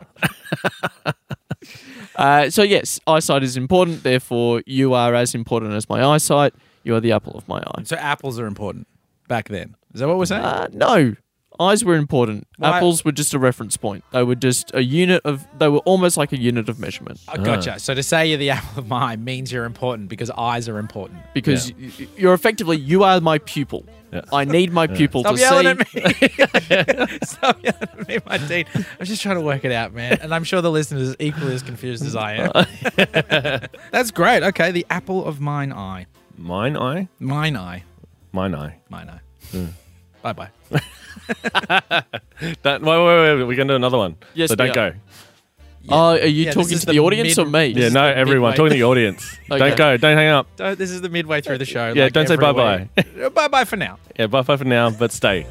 Speaker 2: Uh, so yes, eyesight is important. Therefore, you are as important as my eyesight. You are the apple of my eye.
Speaker 1: so apples are important back then. Is that what we're saying?
Speaker 2: Uh, no, eyes were important.
Speaker 1: Why-
Speaker 2: Apples were just a reference point. They were just a unit of. They were almost like a unit of measurement
Speaker 1: I Oh, gotcha. So to say you're the apple of my eye means you're important because eyes are important.
Speaker 2: because y- y- you're effectively you are my pupil.
Speaker 3: Yeah.
Speaker 2: I need my pupil
Speaker 1: Stop
Speaker 2: to
Speaker 1: yelling
Speaker 2: see.
Speaker 1: at me. Stop yelling at me, my dean. I'm just trying to work it out, man. And I'm sure the listeners is equally as confused as I am. That's great. Okay, the apple of mine eye.
Speaker 3: Mine eye?
Speaker 1: Mine eye.
Speaker 3: Mine eye.
Speaker 1: Mine eye. Bye bye.
Speaker 3: That, wait, wait, wait, wait. We're going to do another one.
Speaker 2: Yes,
Speaker 3: so
Speaker 2: we
Speaker 3: don't
Speaker 2: are.
Speaker 3: go.
Speaker 2: Oh, are you
Speaker 1: Yeah, this
Speaker 2: talking
Speaker 1: is
Speaker 2: to
Speaker 1: the
Speaker 2: the, audience
Speaker 1: mid-
Speaker 2: or me?
Speaker 3: Yeah, no,
Speaker 1: the
Speaker 3: everyone.
Speaker 1: midway.
Speaker 3: Talking to the audience.
Speaker 2: Okay.
Speaker 3: Don't go. Don't hang up.
Speaker 1: Don't, this is the midway through the show.
Speaker 3: Yeah, don't say
Speaker 1: every
Speaker 3: bye-bye.
Speaker 1: week. bye-bye for now.
Speaker 3: Yeah, bye bye for now, but stay.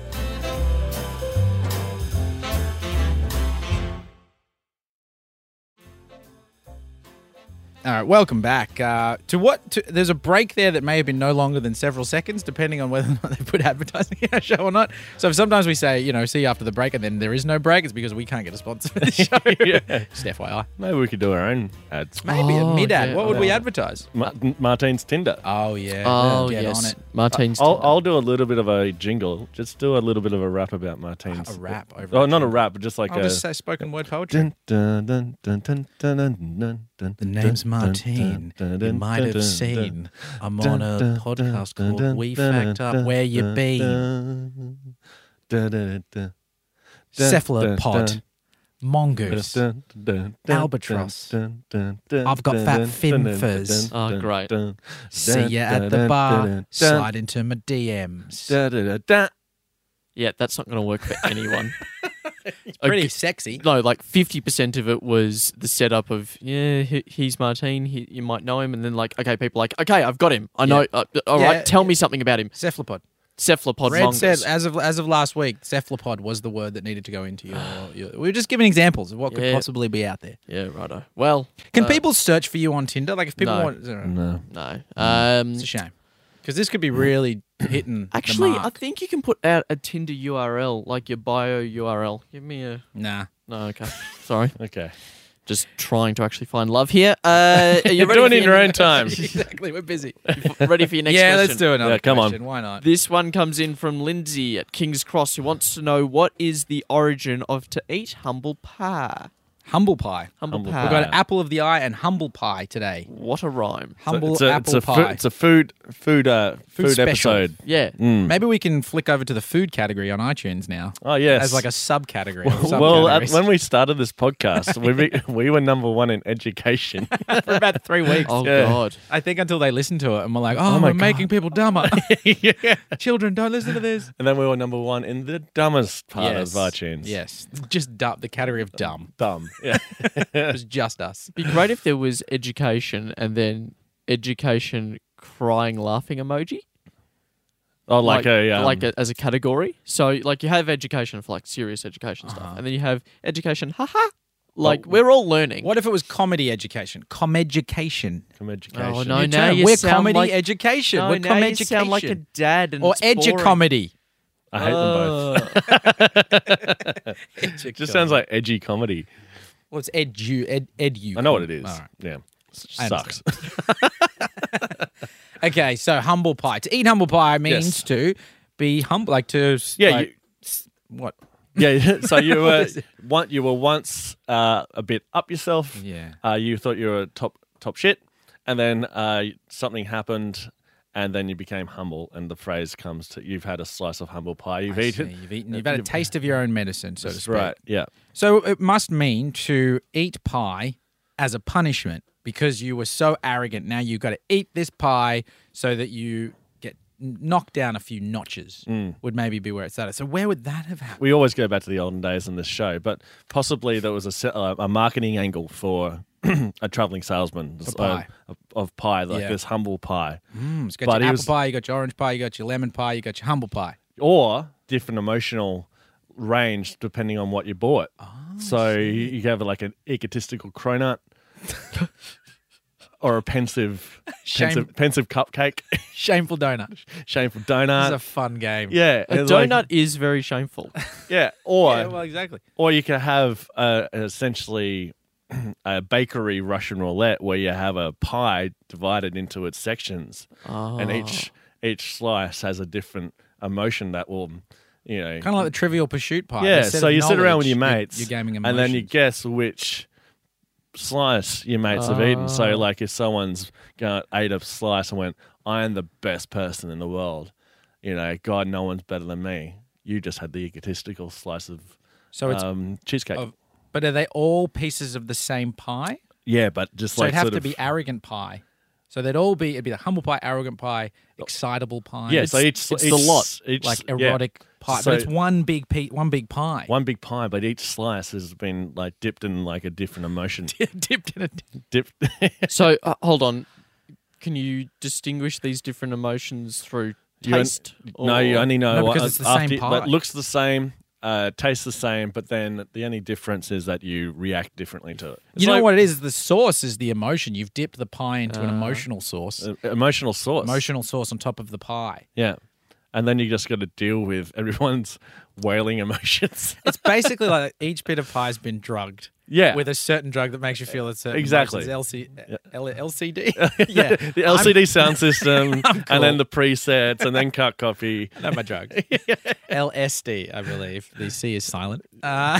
Speaker 1: All right, welcome back. Uh, to what? To, there's a break there that may have been no longer than several seconds, depending on whether or not they put advertising in our show or not. So sometimes we say, you know, see you after the break, and then there is no break. It's because we can't get a sponsor for the show. Just FYI.
Speaker 3: Maybe we could do our own ads.
Speaker 1: Maybe
Speaker 2: Oh,
Speaker 1: a mid ad.
Speaker 2: yeah.
Speaker 1: What would we advertise?
Speaker 3: Ma- Martine's Tinder.
Speaker 1: Oh, yeah.
Speaker 2: Oh
Speaker 1: Get on
Speaker 2: yes,
Speaker 1: it.
Speaker 2: Martine's.
Speaker 3: I'll,
Speaker 2: Tinder.
Speaker 3: I'll do a little bit of a jingle. Just do a little bit of a rap about Martine's.
Speaker 1: A rap over
Speaker 3: Oh,
Speaker 1: a
Speaker 3: not a
Speaker 1: jingle.
Speaker 3: rap, but just like
Speaker 1: I'll
Speaker 3: a.
Speaker 1: just say spoken word poetry.
Speaker 3: Dun, dun, dun, dun, dun, dun, dun, dun, dun,
Speaker 1: The name's
Speaker 3: dun, dun,
Speaker 1: Martine.
Speaker 3: dun,
Speaker 1: You
Speaker 3: dun,
Speaker 1: might
Speaker 3: dun,
Speaker 1: have
Speaker 3: dun,
Speaker 1: seen. I'm on
Speaker 3: dun,
Speaker 1: a
Speaker 3: dun,
Speaker 1: podcast
Speaker 3: dun,
Speaker 1: called
Speaker 3: dun,
Speaker 1: We
Speaker 3: dun,
Speaker 1: Fact
Speaker 3: dun,
Speaker 1: Up. Where you
Speaker 3: dun,
Speaker 1: been?
Speaker 3: dun, dun, dun, dun, dun,
Speaker 1: Cephalopod.
Speaker 3: dun, dun,
Speaker 1: Mongoose.
Speaker 3: dun, dun, dun,
Speaker 1: Albatross.
Speaker 3: dun, dun, dun,
Speaker 1: I've got
Speaker 3: dun,
Speaker 1: fat
Speaker 3: dun,
Speaker 1: fin
Speaker 3: dun, dun,
Speaker 1: furs.
Speaker 3: dun,
Speaker 2: Oh,
Speaker 3: dun,
Speaker 2: great.
Speaker 3: dun,
Speaker 1: See you at the bar. Slide into my DMs.
Speaker 3: dun, dun, dun, dun.
Speaker 2: Yeah, that's not going to work for anyone. A
Speaker 1: Pretty
Speaker 2: g-
Speaker 1: sexy.
Speaker 2: no, like fifty percent of it was the setup of yeah, he, he's Martine. He, you might know him, and then like okay, people are like okay, I've got him. I know. Uh, all
Speaker 1: Yeah,
Speaker 2: right, tell me something about him.
Speaker 1: Cephalopod.
Speaker 2: Cephalopod
Speaker 1: Red said uh,
Speaker 2: mongoose.
Speaker 1: as of as of last week, cephalopod was the word that needed to go into your. your we were just giving examples of what could
Speaker 2: Yeah.
Speaker 1: possibly be out there.
Speaker 2: yeah, righto. Well,
Speaker 1: Can
Speaker 2: uh,
Speaker 1: people search for you on Tinder? Like if people
Speaker 2: No.
Speaker 1: want, it's
Speaker 3: No. Mm.
Speaker 2: No. Um,
Speaker 1: a shame because this could be really hitting.
Speaker 2: actually,
Speaker 1: the
Speaker 2: I
Speaker 1: mark.
Speaker 2: think you can put out a Tinder URL, like your bio URL. Give me a.
Speaker 1: nah.
Speaker 2: No, okay. Sorry.
Speaker 3: Okay.
Speaker 2: Just trying to actually find love here. Uh, are you
Speaker 3: You're
Speaker 2: ready
Speaker 3: doing
Speaker 2: for
Speaker 3: it in your own time.
Speaker 1: exactly, we're busy.
Speaker 2: Ready for your next
Speaker 1: yeah,
Speaker 2: question?
Speaker 1: let's do another
Speaker 3: Yeah, come on.
Speaker 1: question. Why not?
Speaker 2: This one comes in from Lindsay at King's Cross, who wants to know what is the origin of to eat humble pie.
Speaker 1: Humble pie.
Speaker 2: Humble,
Speaker 3: Humble
Speaker 2: pie.
Speaker 1: We've got
Speaker 3: pie.
Speaker 1: apple of the eye and humble pie today.
Speaker 2: What a rhyme!
Speaker 3: So
Speaker 1: Humble
Speaker 3: Ah. it's a,
Speaker 1: apple
Speaker 3: it's a fu-
Speaker 1: pie.
Speaker 3: it's a food food uh,
Speaker 1: Food
Speaker 3: food,
Speaker 1: special.
Speaker 3: episode. Mm.
Speaker 2: Yeah,
Speaker 1: Maybe we can flick over to the food category on iTunes now
Speaker 3: Oh yes.
Speaker 1: as like a subcategory. or
Speaker 3: well, at,
Speaker 1: subcategories.
Speaker 3: when we started this podcast, we be, we were number one in education.
Speaker 1: for about three weeks.
Speaker 2: Oh
Speaker 3: Yeah.
Speaker 2: god.
Speaker 1: I think until they listen to it and we're like, oh,
Speaker 3: Oh my
Speaker 1: we're
Speaker 3: God.
Speaker 1: making people dumber. Children, don't listen to this.
Speaker 3: And then we were number one in the dumbest part of iTunes.
Speaker 1: Yes. Just dumb, the category of dumb.
Speaker 3: Dumb. Yeah.
Speaker 1: It was just us.
Speaker 2: It'd be great if there was education and then education crying laughing emoji.
Speaker 3: Oh, like, a um,
Speaker 2: like a, as a category. So like you have education for like serious education
Speaker 3: Uh-huh.
Speaker 2: stuff, and then you have education, haha. Like we're all learning.
Speaker 1: What if it was comedy education? Com education.
Speaker 3: from education.
Speaker 2: Oh no,
Speaker 1: Your
Speaker 2: now
Speaker 1: term.
Speaker 2: you
Speaker 1: we're
Speaker 2: sound
Speaker 1: comedy
Speaker 2: like,
Speaker 1: education.
Speaker 2: No,
Speaker 1: we're
Speaker 2: now
Speaker 1: com
Speaker 2: you sound like a
Speaker 1: education.
Speaker 2: dad and
Speaker 1: or
Speaker 2: it's boring. Uh,
Speaker 1: educomedy.
Speaker 3: I hate them
Speaker 1: Uh,
Speaker 3: both. Just sounds like edgy comedy.
Speaker 1: Well, it's edu, ed, edu.
Speaker 3: I know what it is.
Speaker 1: All right.
Speaker 3: Yeah.
Speaker 1: I
Speaker 3: Sucks.
Speaker 1: Okay, so humble pie. To eat humble pie means
Speaker 3: Yes.
Speaker 1: to be humble, like to.
Speaker 3: Yeah,
Speaker 1: like,
Speaker 3: you-
Speaker 1: s- what?
Speaker 3: yeah. So you were
Speaker 1: is it?
Speaker 3: one, you were once uh, a bit up yourself.
Speaker 1: Yeah.
Speaker 3: Uh, you thought you were top top shit, and then uh, something happened, and then you became humble. And the phrase comes to you've had a slice of humble pie. You've
Speaker 1: I see.
Speaker 3: eaten.
Speaker 1: You've eaten. You've had a taste of your own medicine, so to
Speaker 3: That's
Speaker 1: speak.
Speaker 3: right. Yeah.
Speaker 1: So it must mean to eat pie as a punishment because you were so arrogant. Now you've got to eat this pie so that you get knocked down a few notches.
Speaker 3: Mm.
Speaker 1: Would maybe be where it started. So where would that have happened?
Speaker 3: We always go back to the olden days in this show, but possibly there was a, se- uh, a marketing angle for a traveling salesman
Speaker 1: For pie.
Speaker 3: uh, of, of pie, like
Speaker 1: Yeah.
Speaker 3: this humble pie,
Speaker 1: Mm, it's got
Speaker 3: But
Speaker 1: your
Speaker 3: he
Speaker 1: apple
Speaker 3: was-
Speaker 1: pie, you got your orange pie, you got your lemon pie, you got your humble pie.
Speaker 3: or different emotional range depending on what you bought.
Speaker 1: Ah,
Speaker 3: so you you have like an egotistical cronut. Or a pensive,
Speaker 1: Shame-
Speaker 3: pensive, pensive cupcake,
Speaker 1: Shameful donut. This
Speaker 3: shameful
Speaker 1: is
Speaker 3: donut.
Speaker 1: a fun game.
Speaker 3: yeah,
Speaker 2: A
Speaker 3: it's like-
Speaker 2: donut is very shameful.
Speaker 3: yeah, or
Speaker 1: Yeah, well, exactly.
Speaker 3: Or you could have uh, essentially a bakery Russian roulette where you have a pie divided into its sections,
Speaker 1: Ah.
Speaker 3: and each each slice has a different emotion that will, you know,
Speaker 1: Kind of like the Trivial Pursuit pie.
Speaker 3: yeah.
Speaker 1: Instead
Speaker 3: So
Speaker 1: of
Speaker 3: you sit around with your
Speaker 1: knowledge,
Speaker 3: mates,
Speaker 1: You're, you're gaming
Speaker 3: and then you
Speaker 1: emotions.
Speaker 3: guess which slice your mates have eaten. So
Speaker 1: Ah.
Speaker 3: like if someone's gone, ate a slice and went, "I am the best person in the world," you know, God, no one's better than me. You just had the egotistical slice of.
Speaker 1: So it's
Speaker 3: um, cheesecake.
Speaker 1: of, but are they all pieces of the same pie?
Speaker 3: Yeah, but just
Speaker 1: So
Speaker 3: like
Speaker 1: it'd have
Speaker 3: sort
Speaker 1: to
Speaker 3: of,
Speaker 1: be arrogant pie. So they'd all be it'd be the humble pie, arrogant pie, excitable pie.
Speaker 3: yeah.
Speaker 1: It's
Speaker 3: so each
Speaker 2: it's
Speaker 3: each,
Speaker 2: the lot,
Speaker 3: each,
Speaker 1: like
Speaker 3: yeah.
Speaker 1: erotic pie,
Speaker 3: So-
Speaker 1: but it's one big pe- one big pie.
Speaker 3: One big pie, but each slice has been like dipped in like a different emotion.
Speaker 1: dipped in a
Speaker 3: dipped.
Speaker 2: so uh, hold on, can you distinguish these different emotions through
Speaker 3: You on-
Speaker 2: taste?
Speaker 3: no, you
Speaker 2: or-
Speaker 3: only know
Speaker 1: No,
Speaker 3: what-
Speaker 1: because it's the same
Speaker 3: after-
Speaker 1: pie.
Speaker 3: But looks the same. uh, tastes the same, but then the only difference is that you react differently to it. It's
Speaker 1: you know
Speaker 3: like Uh-huh.
Speaker 1: what it is? Is The sauce is the emotion. You've dipped the pie into an emotional sauce.
Speaker 3: e- Emotional source.
Speaker 1: Emotional sauce on top of the pie.
Speaker 3: Yeah. And then you just got to deal with everyone's wailing emotions.
Speaker 1: It's basically like each bit of pie's been drugged.
Speaker 3: Yeah.
Speaker 1: With a certain drug that makes you feel a certain
Speaker 3: Exactly.
Speaker 1: emotions. LC, L- LCD? yeah.
Speaker 3: the LCD sound system, and then the presets, and then cut copy.
Speaker 1: I'm, not my drug. LSD, I believe. The C is silent. Uh,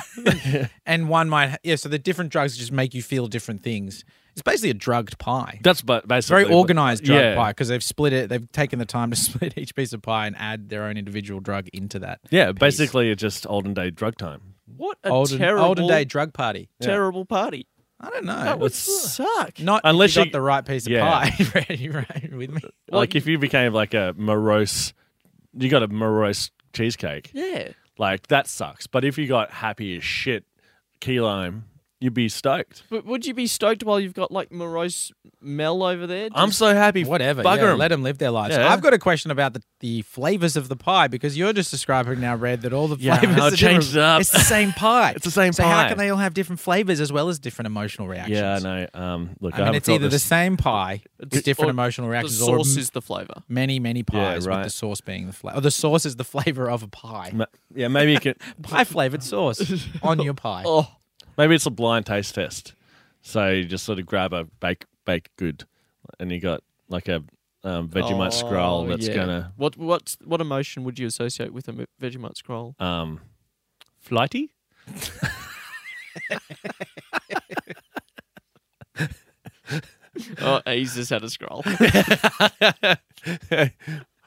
Speaker 1: and one might, yeah, so the different drugs just make you feel different things. It's basically a drugged pie.
Speaker 3: That's but basically
Speaker 1: very organized drug
Speaker 3: yeah.
Speaker 1: pie because they've split it. They've taken the time to split each piece of pie and add their own individual drug into that.
Speaker 3: Yeah,
Speaker 1: piece.
Speaker 3: basically it's just olden day drug time.
Speaker 2: What a
Speaker 1: olden,
Speaker 2: terrible,
Speaker 1: olden day drug party.
Speaker 2: terrible party.
Speaker 1: I don't know.
Speaker 2: That would suck.
Speaker 1: not unless
Speaker 3: Unless
Speaker 1: you got
Speaker 3: you-
Speaker 1: the right piece of
Speaker 3: Yeah.
Speaker 1: pie. Brad, you right with me?
Speaker 3: like if you became like a morose, you got a morose cheesecake.
Speaker 2: yeah.
Speaker 3: Like that sucks. But if you got happy as shit key lime, you'd be stoked.
Speaker 2: But would you be stoked while you've got like morose Mel over there?
Speaker 3: I'm so happy.
Speaker 1: Whatever.
Speaker 3: Bugger
Speaker 1: yeah,
Speaker 3: 'em.
Speaker 1: Let them live their lives.
Speaker 3: Yeah.
Speaker 1: I've got a question about the, the flavors of the pie because you're just describing now, Red, that all the
Speaker 3: Yeah,
Speaker 1: flavors
Speaker 3: I'll
Speaker 1: are different.
Speaker 3: change it up.
Speaker 1: It's the same pie.
Speaker 3: It's the same
Speaker 1: so
Speaker 3: pie.
Speaker 1: how can they all have different flavors as well as different emotional reactions?
Speaker 3: Yeah, I know. Um, look, I,
Speaker 1: I mean,
Speaker 3: haven't
Speaker 1: it's
Speaker 3: thought
Speaker 1: either the
Speaker 3: this-
Speaker 1: same pie
Speaker 2: It's-
Speaker 1: with different
Speaker 2: or
Speaker 1: emotional
Speaker 2: the
Speaker 1: reactions, or
Speaker 2: sauce is the flavor.
Speaker 1: many, many pies,
Speaker 3: right.
Speaker 1: with the sauce being the flavor. The sauce is the flavor of a pie.
Speaker 3: Ma- yeah, maybe you can.
Speaker 1: Pie flavored sauce on your pie.
Speaker 2: Oh,
Speaker 3: Maybe it's a blind taste test. So you just sort of grab a bake baked good, and you got like a um, Vegemite
Speaker 1: Oh,
Speaker 3: scroll that's gonna
Speaker 2: Oh, What what what emotion would you associate with a m- Vegemite scroll?
Speaker 3: um, flighty.
Speaker 2: oh, he's just had a scroll.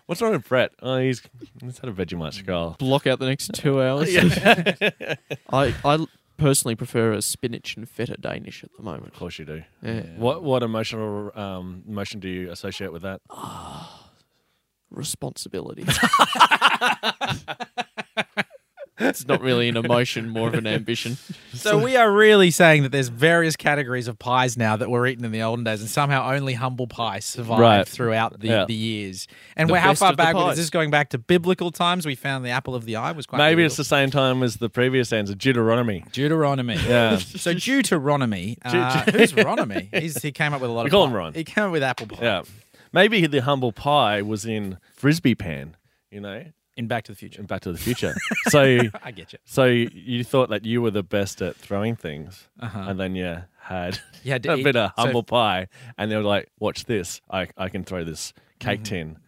Speaker 3: What's wrong with Brett? Oh, he's he's had a Vegemite scroll.
Speaker 2: Block out the next two hours. I I personally prefer a spinach and feta Danish at the moment.
Speaker 3: Of course you do.
Speaker 2: Yeah.
Speaker 3: What what emotional um, emotion do you associate with that?
Speaker 2: Responsibility. it's not really an emotion, more of an ambition.
Speaker 1: So we are really saying that there's various categories of pies now that were eaten in the olden days, and somehow only humble pie survived
Speaker 3: Right.
Speaker 1: throughout the,
Speaker 3: Yeah.
Speaker 1: the years. And
Speaker 2: The
Speaker 1: we're, how
Speaker 2: best
Speaker 1: far
Speaker 2: of the
Speaker 1: back
Speaker 2: pies.
Speaker 1: is this going back to biblical times? We found the apple of the eye was quite.
Speaker 3: Maybe
Speaker 1: biblical.
Speaker 3: it's the same time as the previous answer, Deuteronomy.
Speaker 1: Deuteronomy.
Speaker 3: Yeah.
Speaker 1: So Deuteronomy, uh, who's Ronomy? He's, he came up with a lot
Speaker 3: We
Speaker 1: of.
Speaker 3: call him
Speaker 1: pie-
Speaker 3: Ron.
Speaker 1: He came up with apple pie
Speaker 3: yeah. Maybe the humble pie was in frisbee pan, you know,
Speaker 1: in Back to the Future.
Speaker 3: in Back to the Future. so
Speaker 1: I get you.
Speaker 3: so you thought that you were the best at throwing things, and then you had,
Speaker 1: Uh-huh. You had to
Speaker 3: a
Speaker 1: eat-
Speaker 3: bit of
Speaker 1: so-
Speaker 3: humble pie, and they were like, "Watch this! I I can throw this
Speaker 1: Mm-hmm.
Speaker 3: cake tin."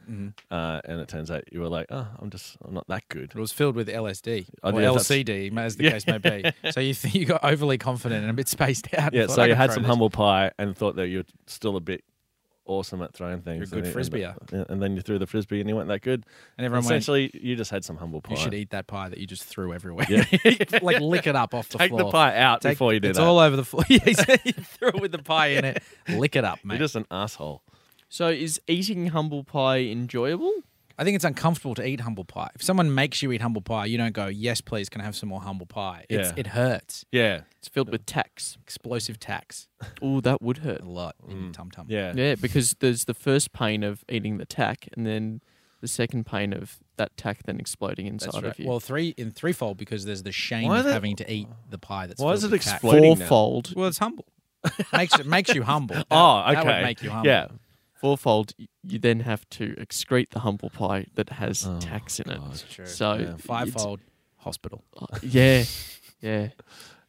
Speaker 3: Uh, and it turns out you were like, "Oh, I'm just I'm not that good."
Speaker 1: It was filled with LSD
Speaker 3: I
Speaker 1: or
Speaker 3: think that's-
Speaker 1: LCD, as the
Speaker 3: Yeah.
Speaker 1: case may be. So you think you got overly confident and a bit spaced out. and
Speaker 3: Yeah,
Speaker 1: thought,
Speaker 3: so
Speaker 1: "I
Speaker 3: you
Speaker 1: can
Speaker 3: had
Speaker 1: throw
Speaker 3: some
Speaker 1: this."
Speaker 3: humble pie and thought that you're still a bit awesome at throwing things.
Speaker 1: You're a good
Speaker 3: and then- And, then you threw the frisbee and you weren't that good.
Speaker 1: And everyone went,
Speaker 3: Essentially, you just had some humble pie.
Speaker 1: You should eat that pie that you just threw everywhere. like lick it up off the
Speaker 3: Take
Speaker 1: floor.
Speaker 3: the pie out
Speaker 1: Take-
Speaker 3: before you do
Speaker 1: it's
Speaker 3: that.
Speaker 1: all over the floor. Yeah, he said you threw it with the pie in it. Lick it up,
Speaker 3: you're
Speaker 1: mate.
Speaker 3: just an asshole.
Speaker 2: So, is eating humble pie enjoyable?
Speaker 1: I think it's uncomfortable to eat humble pie. If someone makes you eat humble pie, you don't go, yes, please, can I have some more humble pie? It's,
Speaker 3: Yeah.
Speaker 1: It hurts.
Speaker 3: Yeah,
Speaker 2: It's filled with tax.
Speaker 1: Explosive tax.
Speaker 2: Oh, that would hurt.
Speaker 1: A lot in your tum tum.
Speaker 3: Mm. yeah.
Speaker 2: Yeah, because there's the first pain of eating the tack, and then the second pain of that tack then exploding inside
Speaker 1: That's right.
Speaker 2: of you.
Speaker 1: Well, three in threefold because there's the shame
Speaker 3: Why
Speaker 1: of
Speaker 3: they-
Speaker 1: having to eat the pie that's
Speaker 3: Why is
Speaker 1: filled
Speaker 3: it
Speaker 1: with tax.
Speaker 3: exploding? waiting now.
Speaker 2: fourfold,
Speaker 1: Well, it's humble. makes it makes you humble. That-
Speaker 3: Oh, okay.
Speaker 1: That would make you humble.
Speaker 3: Yeah.
Speaker 2: fourfold, y- you then have to excrete the humble pie that has tax in it.
Speaker 1: True.
Speaker 2: So it's-
Speaker 1: Oh,
Speaker 2: uh,
Speaker 1: Fivefold hospital.
Speaker 2: yeah, yeah,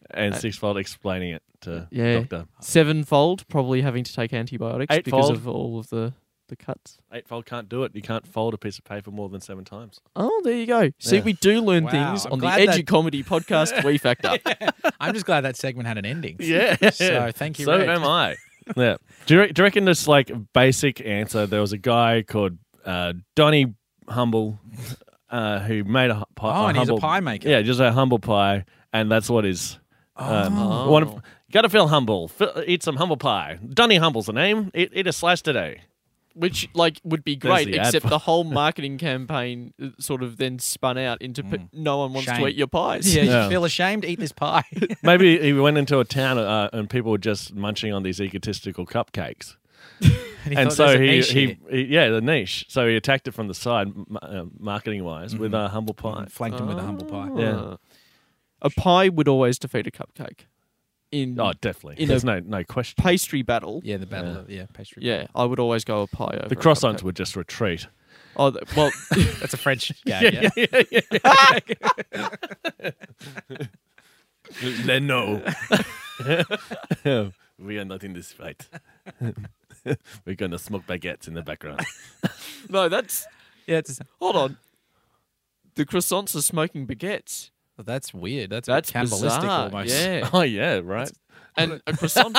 Speaker 1: Uh,
Speaker 3: And sixfold explaining it to
Speaker 2: yeah.
Speaker 3: doctor.
Speaker 2: Sevenfold, probably having to take antibiotics because
Speaker 3: Eightfold.
Speaker 2: of all of the the cuts.
Speaker 3: Eightfold can't do it. You can't fold a piece of paper more than seven times.
Speaker 2: Oh, there you go. See,
Speaker 3: Yeah.
Speaker 2: we do learn
Speaker 1: Wow,
Speaker 2: things
Speaker 1: I'm
Speaker 2: on the
Speaker 1: glad that-
Speaker 2: Edgy Comedy Podcast. We fact up.
Speaker 1: I'm just glad that segment had an ending.
Speaker 3: Yeah.
Speaker 1: So thank you.
Speaker 3: So
Speaker 1: Reg.
Speaker 3: am I. yeah. Do you, re- do you reckon this like basic answer? There was a guy called uh, Donny Humble uh, who made a hu- pie.
Speaker 1: Oh, and he's a
Speaker 3: humble-
Speaker 1: pie maker.
Speaker 3: Yeah, just a humble pie, and that's what his. Um,
Speaker 1: Oh.
Speaker 3: wanna- gotta feel humble. F- eat some humble pie. Donny Humble's the name. Eat, eat a slice today.
Speaker 2: which like would be
Speaker 3: There's
Speaker 2: great,
Speaker 3: the ad
Speaker 2: except
Speaker 3: for-
Speaker 2: the whole marketing campaign uh, sort of then spun out into p no one wants
Speaker 1: Mm. Shame.
Speaker 2: to eat your pies.
Speaker 1: Yeah,
Speaker 3: Yeah.
Speaker 1: you feel ashamed, eat this pie.
Speaker 3: Maybe he went into a town uh, and people were just munching on these egotistical cupcakes.
Speaker 1: and he
Speaker 3: and
Speaker 1: thought there's
Speaker 3: so
Speaker 1: a
Speaker 3: he,
Speaker 1: niche
Speaker 3: he,
Speaker 1: here.
Speaker 3: he, yeah, the niche. So he attacked it from the side, m- uh, marketing wise, with uh, humble pie.
Speaker 1: flanked him with a humble pie.
Speaker 3: Yeah.
Speaker 2: Ah. A pie would always defeat a cupcake. In
Speaker 3: Oh, definitely.
Speaker 2: In
Speaker 3: There's
Speaker 2: a-
Speaker 3: no no question.
Speaker 2: pastry battle,
Speaker 1: Yeah, the battle. Yeah, of, yeah pastry.
Speaker 2: yeah, I would always go a pie over
Speaker 3: The
Speaker 2: a
Speaker 3: cross
Speaker 2: cupcake.
Speaker 3: arms would just retreat.
Speaker 2: Oh, th- well,
Speaker 1: That's a French game. yeah.
Speaker 3: They know. we are not in this fight. We're gonna smoke baguettes in the background.
Speaker 2: no, that's
Speaker 1: Yeah, it's a,
Speaker 2: hold on. The croissants are smoking baguettes.
Speaker 1: well, that's weird. That's, a bit
Speaker 2: That's
Speaker 1: cannibalistic
Speaker 2: bizarre.
Speaker 1: almost.
Speaker 2: Yeah,
Speaker 3: oh yeah, right.
Speaker 2: and a croissant,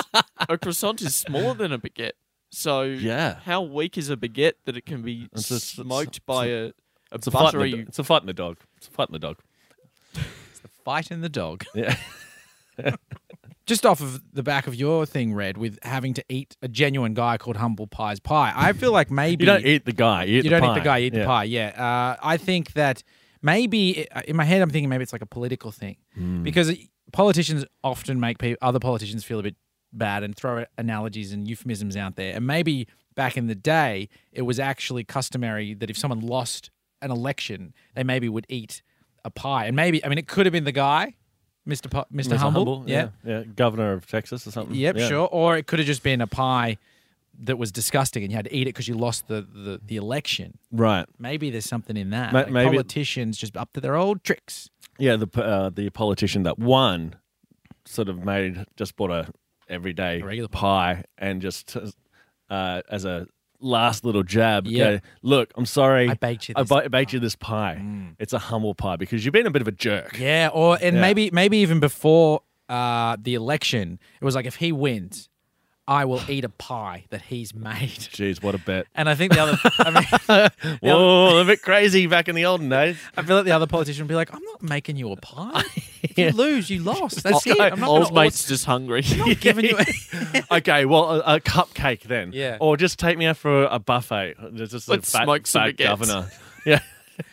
Speaker 2: a croissant is smaller than a baguette. So
Speaker 3: Yeah.
Speaker 2: how weak is a baguette that it can be
Speaker 3: It's a- it's a-
Speaker 2: smoked by a, a
Speaker 3: It's a fight. In the,
Speaker 2: buttery?
Speaker 3: do- it's a fight in the dog. It's a fight in the dog.
Speaker 1: It's the fight in the dog.
Speaker 3: Yeah.
Speaker 1: Just off of the back of your thing, Red, with having to eat a genuine guy called Humble Pie's pie. I feel like maybe
Speaker 3: You don't eat the guy. You, eat
Speaker 1: you
Speaker 3: the
Speaker 1: don't
Speaker 3: pie.
Speaker 1: eat the guy, you eat
Speaker 3: Yeah.
Speaker 1: the pie. Yeah, uh, I think that maybe uh, in my head I'm thinking maybe it's like a political thing
Speaker 3: Hmm.
Speaker 1: because politicians often make pe- other politicians feel a bit bad and throw analogies and euphemisms out there. And maybe back in the day, it was actually customary that if someone lost an election, they maybe would eat a pie. And maybe I mean it could have been the guy, Mister Pi Mister
Speaker 3: Mr.
Speaker 1: Humble,
Speaker 3: yeah. yeah, governor of Texas or something.
Speaker 1: Yep,
Speaker 3: Yeah.
Speaker 1: sure. Or it could have just been a pie that was disgusting and you had to eat it because you lost the, the, the election.
Speaker 3: Right.
Speaker 1: Maybe there's something in that.
Speaker 3: Ma-
Speaker 1: Like
Speaker 3: maybe-
Speaker 1: politicians just up to their old tricks.
Speaker 3: Yeah, the p- uh, the politician that won sort of made just bought a everyday
Speaker 1: regular
Speaker 3: pie and just uh, as a last little jab.
Speaker 1: Yeah.
Speaker 3: go, Look, I'm sorry.
Speaker 1: I baked you
Speaker 3: I
Speaker 1: this Mm.
Speaker 3: ba- baked you this pie. It's a humble pie because you've been a bit of a jerk.
Speaker 1: Yeah, or and
Speaker 3: Yeah.
Speaker 1: maybe maybe even before uh, the election, it was like if he wins, I will eat a pie that he's made.
Speaker 3: Jeez, what a bet.
Speaker 1: And I think the other, I, mean,
Speaker 3: Whoa, a bit crazy back in the olden days.
Speaker 1: I feel like the other politician would be like, "I'm not making you a pie. If you lose, you lost. That's it.
Speaker 3: guy-
Speaker 1: I'm not
Speaker 2: Old
Speaker 1: gonna
Speaker 2: mate's just hungry.
Speaker 1: order- giving you."
Speaker 3: okay, well, a, a cupcake then.
Speaker 1: Yeah.
Speaker 3: Or just take me out for a buffet. There's just
Speaker 2: Let's
Speaker 3: a fat,
Speaker 2: smoke some
Speaker 3: fat
Speaker 2: baguettes.
Speaker 3: governor. Yeah.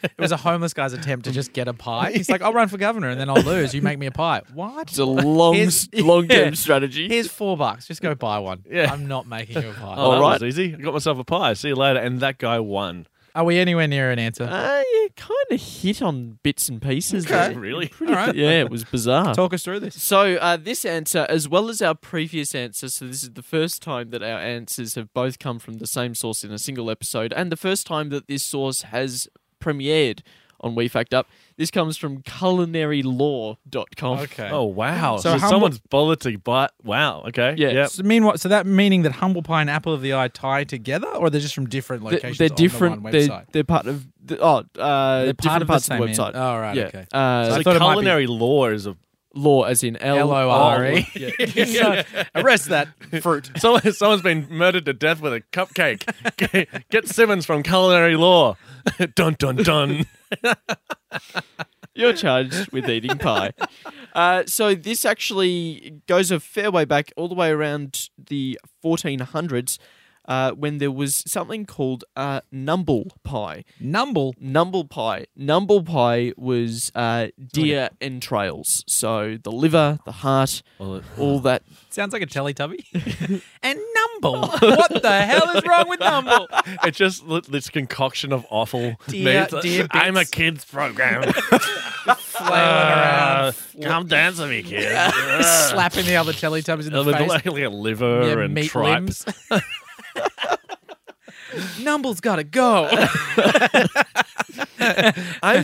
Speaker 1: It was a homeless guy's attempt to just get a pie. He's like, I'll run for governor and then I'll lose. You make me a pie. What?
Speaker 2: It's a long,
Speaker 1: Here's-
Speaker 2: long term
Speaker 1: yeah.
Speaker 2: strategy.
Speaker 1: Here's four bucks. Just go buy one.
Speaker 3: Yeah.
Speaker 1: I'm not making you a pie.
Speaker 3: Oh,
Speaker 2: All
Speaker 3: that
Speaker 2: right.
Speaker 3: was easy. I got myself a pie. See you later. And that guy won.
Speaker 1: Are we anywhere near an answer?
Speaker 2: Uh, yeah, kind of hit on bits and pieces.
Speaker 1: Okay.
Speaker 2: there.
Speaker 3: Really?
Speaker 2: Pretty,
Speaker 1: All right.
Speaker 2: Yeah, it was bizarre.
Speaker 1: Talk us through this.
Speaker 2: So uh, this answer, as well as our previous answer, so this is the first time that our answers have both come from the same source in a single episode, and the first time that this source has premiered on We Fact Up. This comes from culinarylaw.com.
Speaker 3: Oh wow!
Speaker 1: So
Speaker 3: So,
Speaker 1: humble-
Speaker 3: someone's bothered to buy. Wow. Okay.
Speaker 2: Yeah.
Speaker 3: Yep.
Speaker 1: So mean what? So that meaning that humble pie and apple of the eye tie together, or they're just from different
Speaker 2: They-
Speaker 1: locations?
Speaker 2: They're
Speaker 1: on
Speaker 2: different.
Speaker 1: The one
Speaker 2: they're,
Speaker 1: website?
Speaker 2: they're part of the, oh, uh,
Speaker 1: They're part
Speaker 2: different
Speaker 1: of the
Speaker 2: parts of the
Speaker 1: same
Speaker 2: website.
Speaker 1: end. Oh, right,
Speaker 2: Yeah.
Speaker 1: okay.
Speaker 2: Uh,
Speaker 1: So-
Speaker 3: So
Speaker 1: I thought it might be-
Speaker 3: culinary law is a
Speaker 2: law, as in L
Speaker 1: L O R E. So,
Speaker 2: Yeah.
Speaker 1: Arrest that fruit.
Speaker 3: someone, someone's been murdered to death with a cupcake. Get- Get Simmons from culinary law. dun dun dun.
Speaker 2: You're charged with eating pie. Uh, so this actually goes a fair way back, all the way around the 1400s, uh, when there was something called uh, numble pie.
Speaker 1: Numble.
Speaker 2: Numble pie. Numble pie was uh, deer entrails. So the liver, the heart, all that.
Speaker 1: Sounds like a Teletubby. and numble. What the hell is wrong with numble?
Speaker 3: it's just li- this concoction of awful.
Speaker 1: Dear-
Speaker 3: meats.
Speaker 1: dear
Speaker 3: I'm a
Speaker 1: bits.
Speaker 3: kids program.
Speaker 1: Flailing
Speaker 3: Uh,
Speaker 1: around,
Speaker 3: come dance with me, kids.
Speaker 1: slapping the other Teletubbies in the
Speaker 3: With
Speaker 1: face.
Speaker 3: like a liver
Speaker 1: Yeah,
Speaker 3: and
Speaker 1: meat
Speaker 3: tripe.
Speaker 1: limbs. Numble's got to go.
Speaker 3: I'm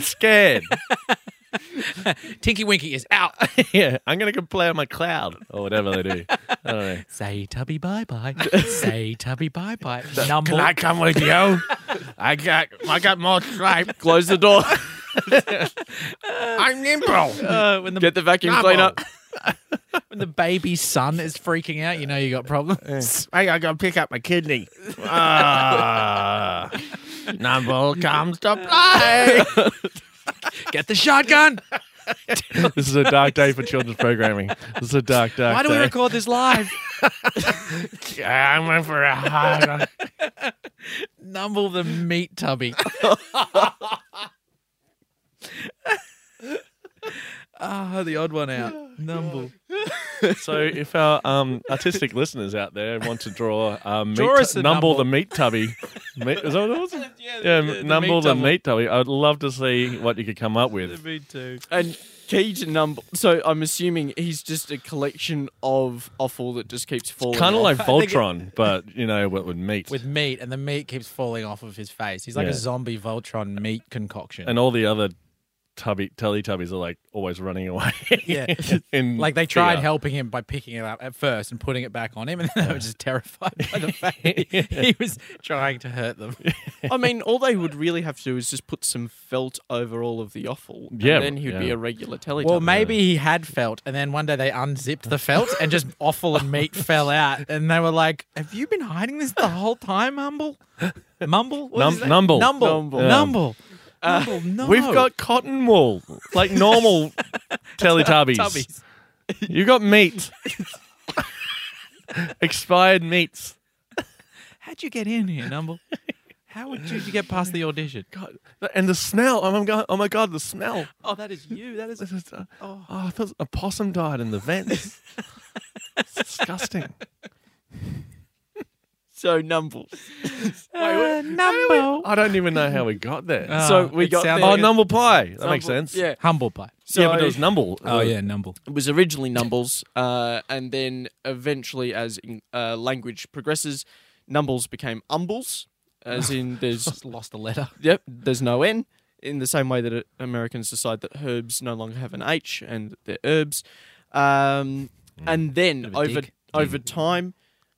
Speaker 3: scared.
Speaker 1: Tinky Winky is out.
Speaker 3: yeah, I'm gonna go play on my cloud or whatever they do. I don't know.
Speaker 1: Say tubby bye bye. Say tubby bye bye. Numble.
Speaker 3: come with you? I got I got more stripe.
Speaker 2: Close the door.
Speaker 3: I'm nimble.
Speaker 1: Uh, when the
Speaker 2: Get the vacuum cleaner.
Speaker 1: when the baby's son is freaking out, you know you got problems.
Speaker 3: I gotta go pick up my kidney. Ah, Numble comes to play.
Speaker 1: Get the shotgun.
Speaker 3: This is a dark day for children's programming. This is a dark, dark
Speaker 1: Why do we
Speaker 3: day.
Speaker 1: record this live?
Speaker 3: I went for a hard.
Speaker 1: Numble the meat tubby. Ah, the odd one out. Numble.
Speaker 3: So, if our um, artistic listeners out there want to draw, um, meat
Speaker 1: Draw us a
Speaker 3: Numble
Speaker 1: Numble.
Speaker 3: the meat tubby, meat, is that what it was? Yeah,
Speaker 1: the
Speaker 3: Numble
Speaker 1: meat
Speaker 3: the
Speaker 1: tubble.
Speaker 3: meat tubby. I'd love to see what you could come up with.
Speaker 1: Me too.
Speaker 2: And Cage number. So I'm assuming he's just a collection of offal that just keeps falling.
Speaker 3: Kind of
Speaker 2: off.
Speaker 3: like
Speaker 1: think it-
Speaker 3: Voltron, but you know what would meat
Speaker 1: with meat, and the meat keeps falling off of his face. He's like
Speaker 3: Yeah.
Speaker 1: a zombie Voltron meat concoction.
Speaker 3: and all the other tubby Teletubbies are like always running away.
Speaker 1: Yeah.
Speaker 3: in
Speaker 1: like they tried
Speaker 3: fear.
Speaker 1: helping him by picking it up at first and putting it back on him, and then they were just terrified by the fact that he- he was trying to hurt them.
Speaker 2: I mean, all they would really have to do is just put some felt over all of the offal.
Speaker 3: Yeah,
Speaker 2: And then he'd be
Speaker 3: yeah.
Speaker 2: a regular Teletubby.
Speaker 1: Well, maybe he had felt, and then one day they unzipped the felt, and just offal and meat fell out, and they were like, "Have you been hiding this the whole time, Mumble? Mumble? What
Speaker 3: Num-
Speaker 1: is that?
Speaker 3: Numble.
Speaker 1: Numble?
Speaker 2: Numble.
Speaker 1: Numble?
Speaker 2: Yeah.
Speaker 1: Numble? no.
Speaker 3: We've got cotton wool, like normal Teletubbies.
Speaker 1: Tubbies.
Speaker 3: You got meat, expired meats.
Speaker 1: How'd you get in here, Numble? How would you, you get past the audition?
Speaker 3: God, and the smell. Oh my god! Oh my god! The smell.
Speaker 1: Oh, that is you. That is
Speaker 3: This is, uh,
Speaker 1: Oh.
Speaker 3: oh. I thought a possum died in the vents. it's disgusting.
Speaker 2: So Numbles.
Speaker 1: uh, Numble.
Speaker 3: I don't even know how we got there.
Speaker 1: Uh,
Speaker 2: So we
Speaker 1: it
Speaker 2: got
Speaker 1: sounds
Speaker 2: there-
Speaker 3: oh,
Speaker 1: like-
Speaker 3: numble pie. That
Speaker 2: Numbles,
Speaker 3: makes sense.
Speaker 2: Yeah.
Speaker 1: Humble pie.
Speaker 2: So
Speaker 3: yeah, but it was numble.
Speaker 1: Oh yeah, Numble.
Speaker 2: it was originally Numbles, uh, and then eventually, as in, uh, language progresses, Numbles became Umbles, as in there's
Speaker 1: Just lost a letter.
Speaker 2: yep, there's no N. In the same way that uh, Americans decide that herbs no longer have an H and they're herbs,
Speaker 3: Mm.
Speaker 2: um,
Speaker 1: Bit
Speaker 2: and then
Speaker 1: of a
Speaker 2: over
Speaker 1: dig.
Speaker 2: over time,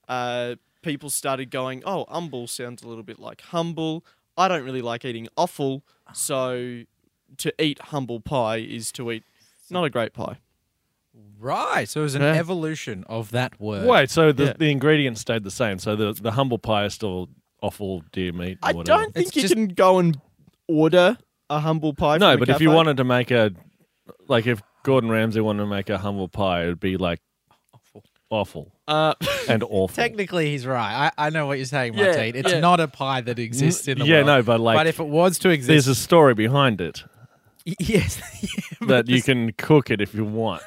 Speaker 2: uh, people started going, "Oh, umble sounds a little bit like humble. I don't really like eating offal, so to eat humble pie is to eat not a great pie."
Speaker 1: Right. So it was an
Speaker 2: Yeah.
Speaker 1: evolution of that word.
Speaker 3: Wait, so the,
Speaker 2: Yeah.
Speaker 3: the ingredients stayed the same. So the, the humble pie is still awful deer meat. Or
Speaker 2: I
Speaker 3: whatever.
Speaker 2: don't think
Speaker 1: It's
Speaker 2: you
Speaker 1: just-
Speaker 2: can go and order a humble pie.
Speaker 3: No,
Speaker 2: from a
Speaker 3: but if you
Speaker 2: cafe.
Speaker 3: wanted to make a, like if Gordon Ramsay wanted to make a humble pie, it would be like awful
Speaker 2: uh,
Speaker 3: and awful.
Speaker 1: Technically, he's right. I, I know what you're saying,
Speaker 2: Yeah,
Speaker 1: Martine. It's
Speaker 2: yeah.
Speaker 1: not a pie that exists in the
Speaker 3: yeah,
Speaker 1: world.
Speaker 3: no, but like
Speaker 1: but if it was to
Speaker 3: there's
Speaker 1: exist,
Speaker 3: a story behind it
Speaker 1: y- yes, Yeah,
Speaker 3: that you can cook it if you want,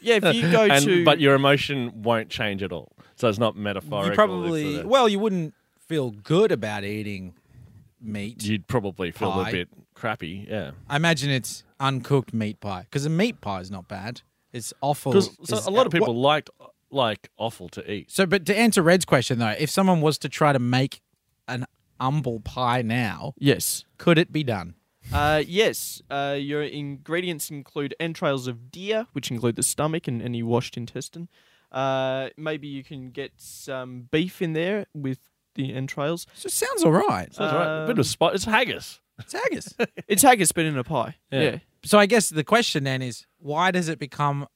Speaker 2: yeah, if you go
Speaker 3: and
Speaker 2: to
Speaker 3: but your emotion won't change at all. So it's not metaphorical.
Speaker 1: you
Speaker 3: it's
Speaker 1: probably
Speaker 3: sort of-
Speaker 1: well, you wouldn't feel good about eating meat.
Speaker 3: you'd probably feel
Speaker 1: Pie.
Speaker 3: a bit crappy. Yeah,
Speaker 1: I imagine it's uncooked meat pie because a meat pie is not bad. It's awful.
Speaker 3: because
Speaker 1: It's-
Speaker 3: a lot of
Speaker 1: uh, what-
Speaker 3: people liked like awful to eat.
Speaker 1: So, but to answer Red's question though, if someone was to try to make an humble pie now,
Speaker 2: yes,
Speaker 1: could it be done?
Speaker 2: Uh, yes, uh, your ingredients include entrails of deer, which include the stomach and any washed intestine. Uh, maybe you can get some beef in there with the entrails.
Speaker 1: So it sounds all right.
Speaker 3: That's right. A bit
Speaker 2: Um,
Speaker 3: of spot. It's haggis.
Speaker 1: It's haggis.
Speaker 2: It's haggis, but in a pie. Yeah.
Speaker 3: Yeah.
Speaker 1: so I guess the question then is, why does it become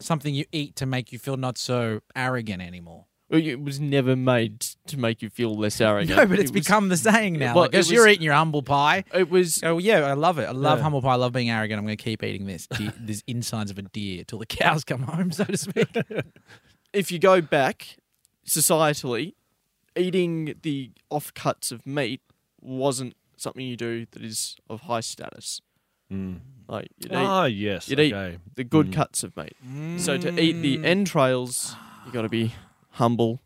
Speaker 1: something you eat to make you feel not so arrogant anymore?
Speaker 2: Well, It was never made to make you feel less arrogant.
Speaker 1: No, but it's
Speaker 2: It was-
Speaker 1: become the saying now.
Speaker 2: well,
Speaker 1: like, as
Speaker 2: it
Speaker 1: you're
Speaker 2: was-
Speaker 1: eating your humble pie.
Speaker 2: It was.
Speaker 1: Oh yeah, I love it. I love
Speaker 2: Yeah.
Speaker 1: humble pie. I love being arrogant. I'm going to keep eating this. De- these insides of a deer till the cows come home, so to speak.
Speaker 2: If you go back societally, eating the offcuts of meat wasn't something you do that is of high status.
Speaker 3: Mm.
Speaker 2: Like you'd eat
Speaker 3: Ah, yes.
Speaker 2: you'd eat-
Speaker 3: okay.
Speaker 2: the good
Speaker 3: Mm.
Speaker 2: cuts of meat. So to eat the entrails, you got to be humble.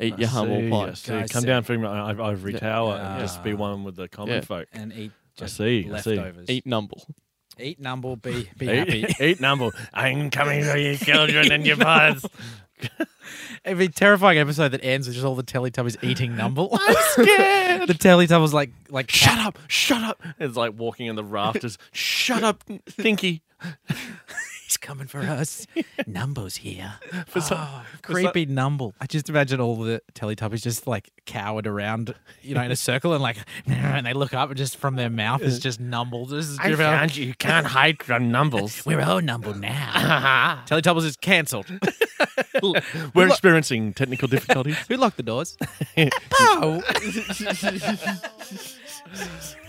Speaker 2: Eat your
Speaker 3: I
Speaker 2: humble
Speaker 3: see,
Speaker 2: pie.
Speaker 3: I see. ah.
Speaker 1: I
Speaker 3: Come
Speaker 1: see.
Speaker 3: down from I- ivory
Speaker 2: Yeah.
Speaker 3: tower and just be
Speaker 1: Yeah.
Speaker 3: one with the common
Speaker 2: Yeah.
Speaker 3: folk.
Speaker 1: and eat.
Speaker 3: I
Speaker 1: just
Speaker 3: see, I see.
Speaker 1: Leftovers.
Speaker 2: Eat numble.
Speaker 1: eat numble. Be be happy.
Speaker 3: Eat, eat numble. I'm coming for your children and your pies.
Speaker 1: It'd be a terrifying episode that ends with just all the Teletubbies eating numble. I'm scared. the Teletubbies like like
Speaker 3: Shut up! Shut up! It's like walking in the rafters. Shut up, Thinky.
Speaker 1: He's coming for us. Numble's here.
Speaker 3: For some-
Speaker 1: Oh,
Speaker 3: for some-
Speaker 1: creepy Numble. I just imagine all the Teletubbies just like cowered around, you know, in a circle and like, and they look up and just from their mouth is just Numble. This is
Speaker 3: you. You can't hide from numbles.
Speaker 1: We're all Numble now. Teletubbies is cancelled.
Speaker 3: We're experiencing technical difficulties.
Speaker 1: Who locked the doors? oh.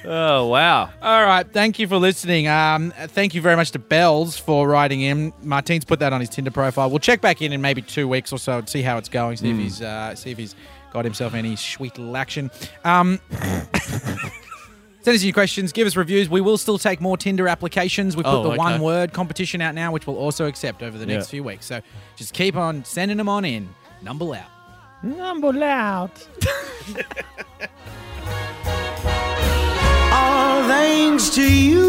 Speaker 3: oh wow!
Speaker 1: All right. Thank you for listening. Um, thank you very much to Bells for writing in. Martine's put that on his Tinder profile. We'll check back in in maybe two weeks or so and see how it's going.
Speaker 2: Hmm.
Speaker 1: See if he's uh, see if he's got himself any sweet little action. Um, send us your questions. Give us reviews. We will still take more Tinder applications. We put
Speaker 2: Oh,
Speaker 1: the
Speaker 2: okay.
Speaker 1: one word competition out now, which we'll also accept over the next
Speaker 3: Yeah.
Speaker 1: few weeks. So just keep on sending them on in. Number out.
Speaker 3: Numble out.
Speaker 4: all thanks to you.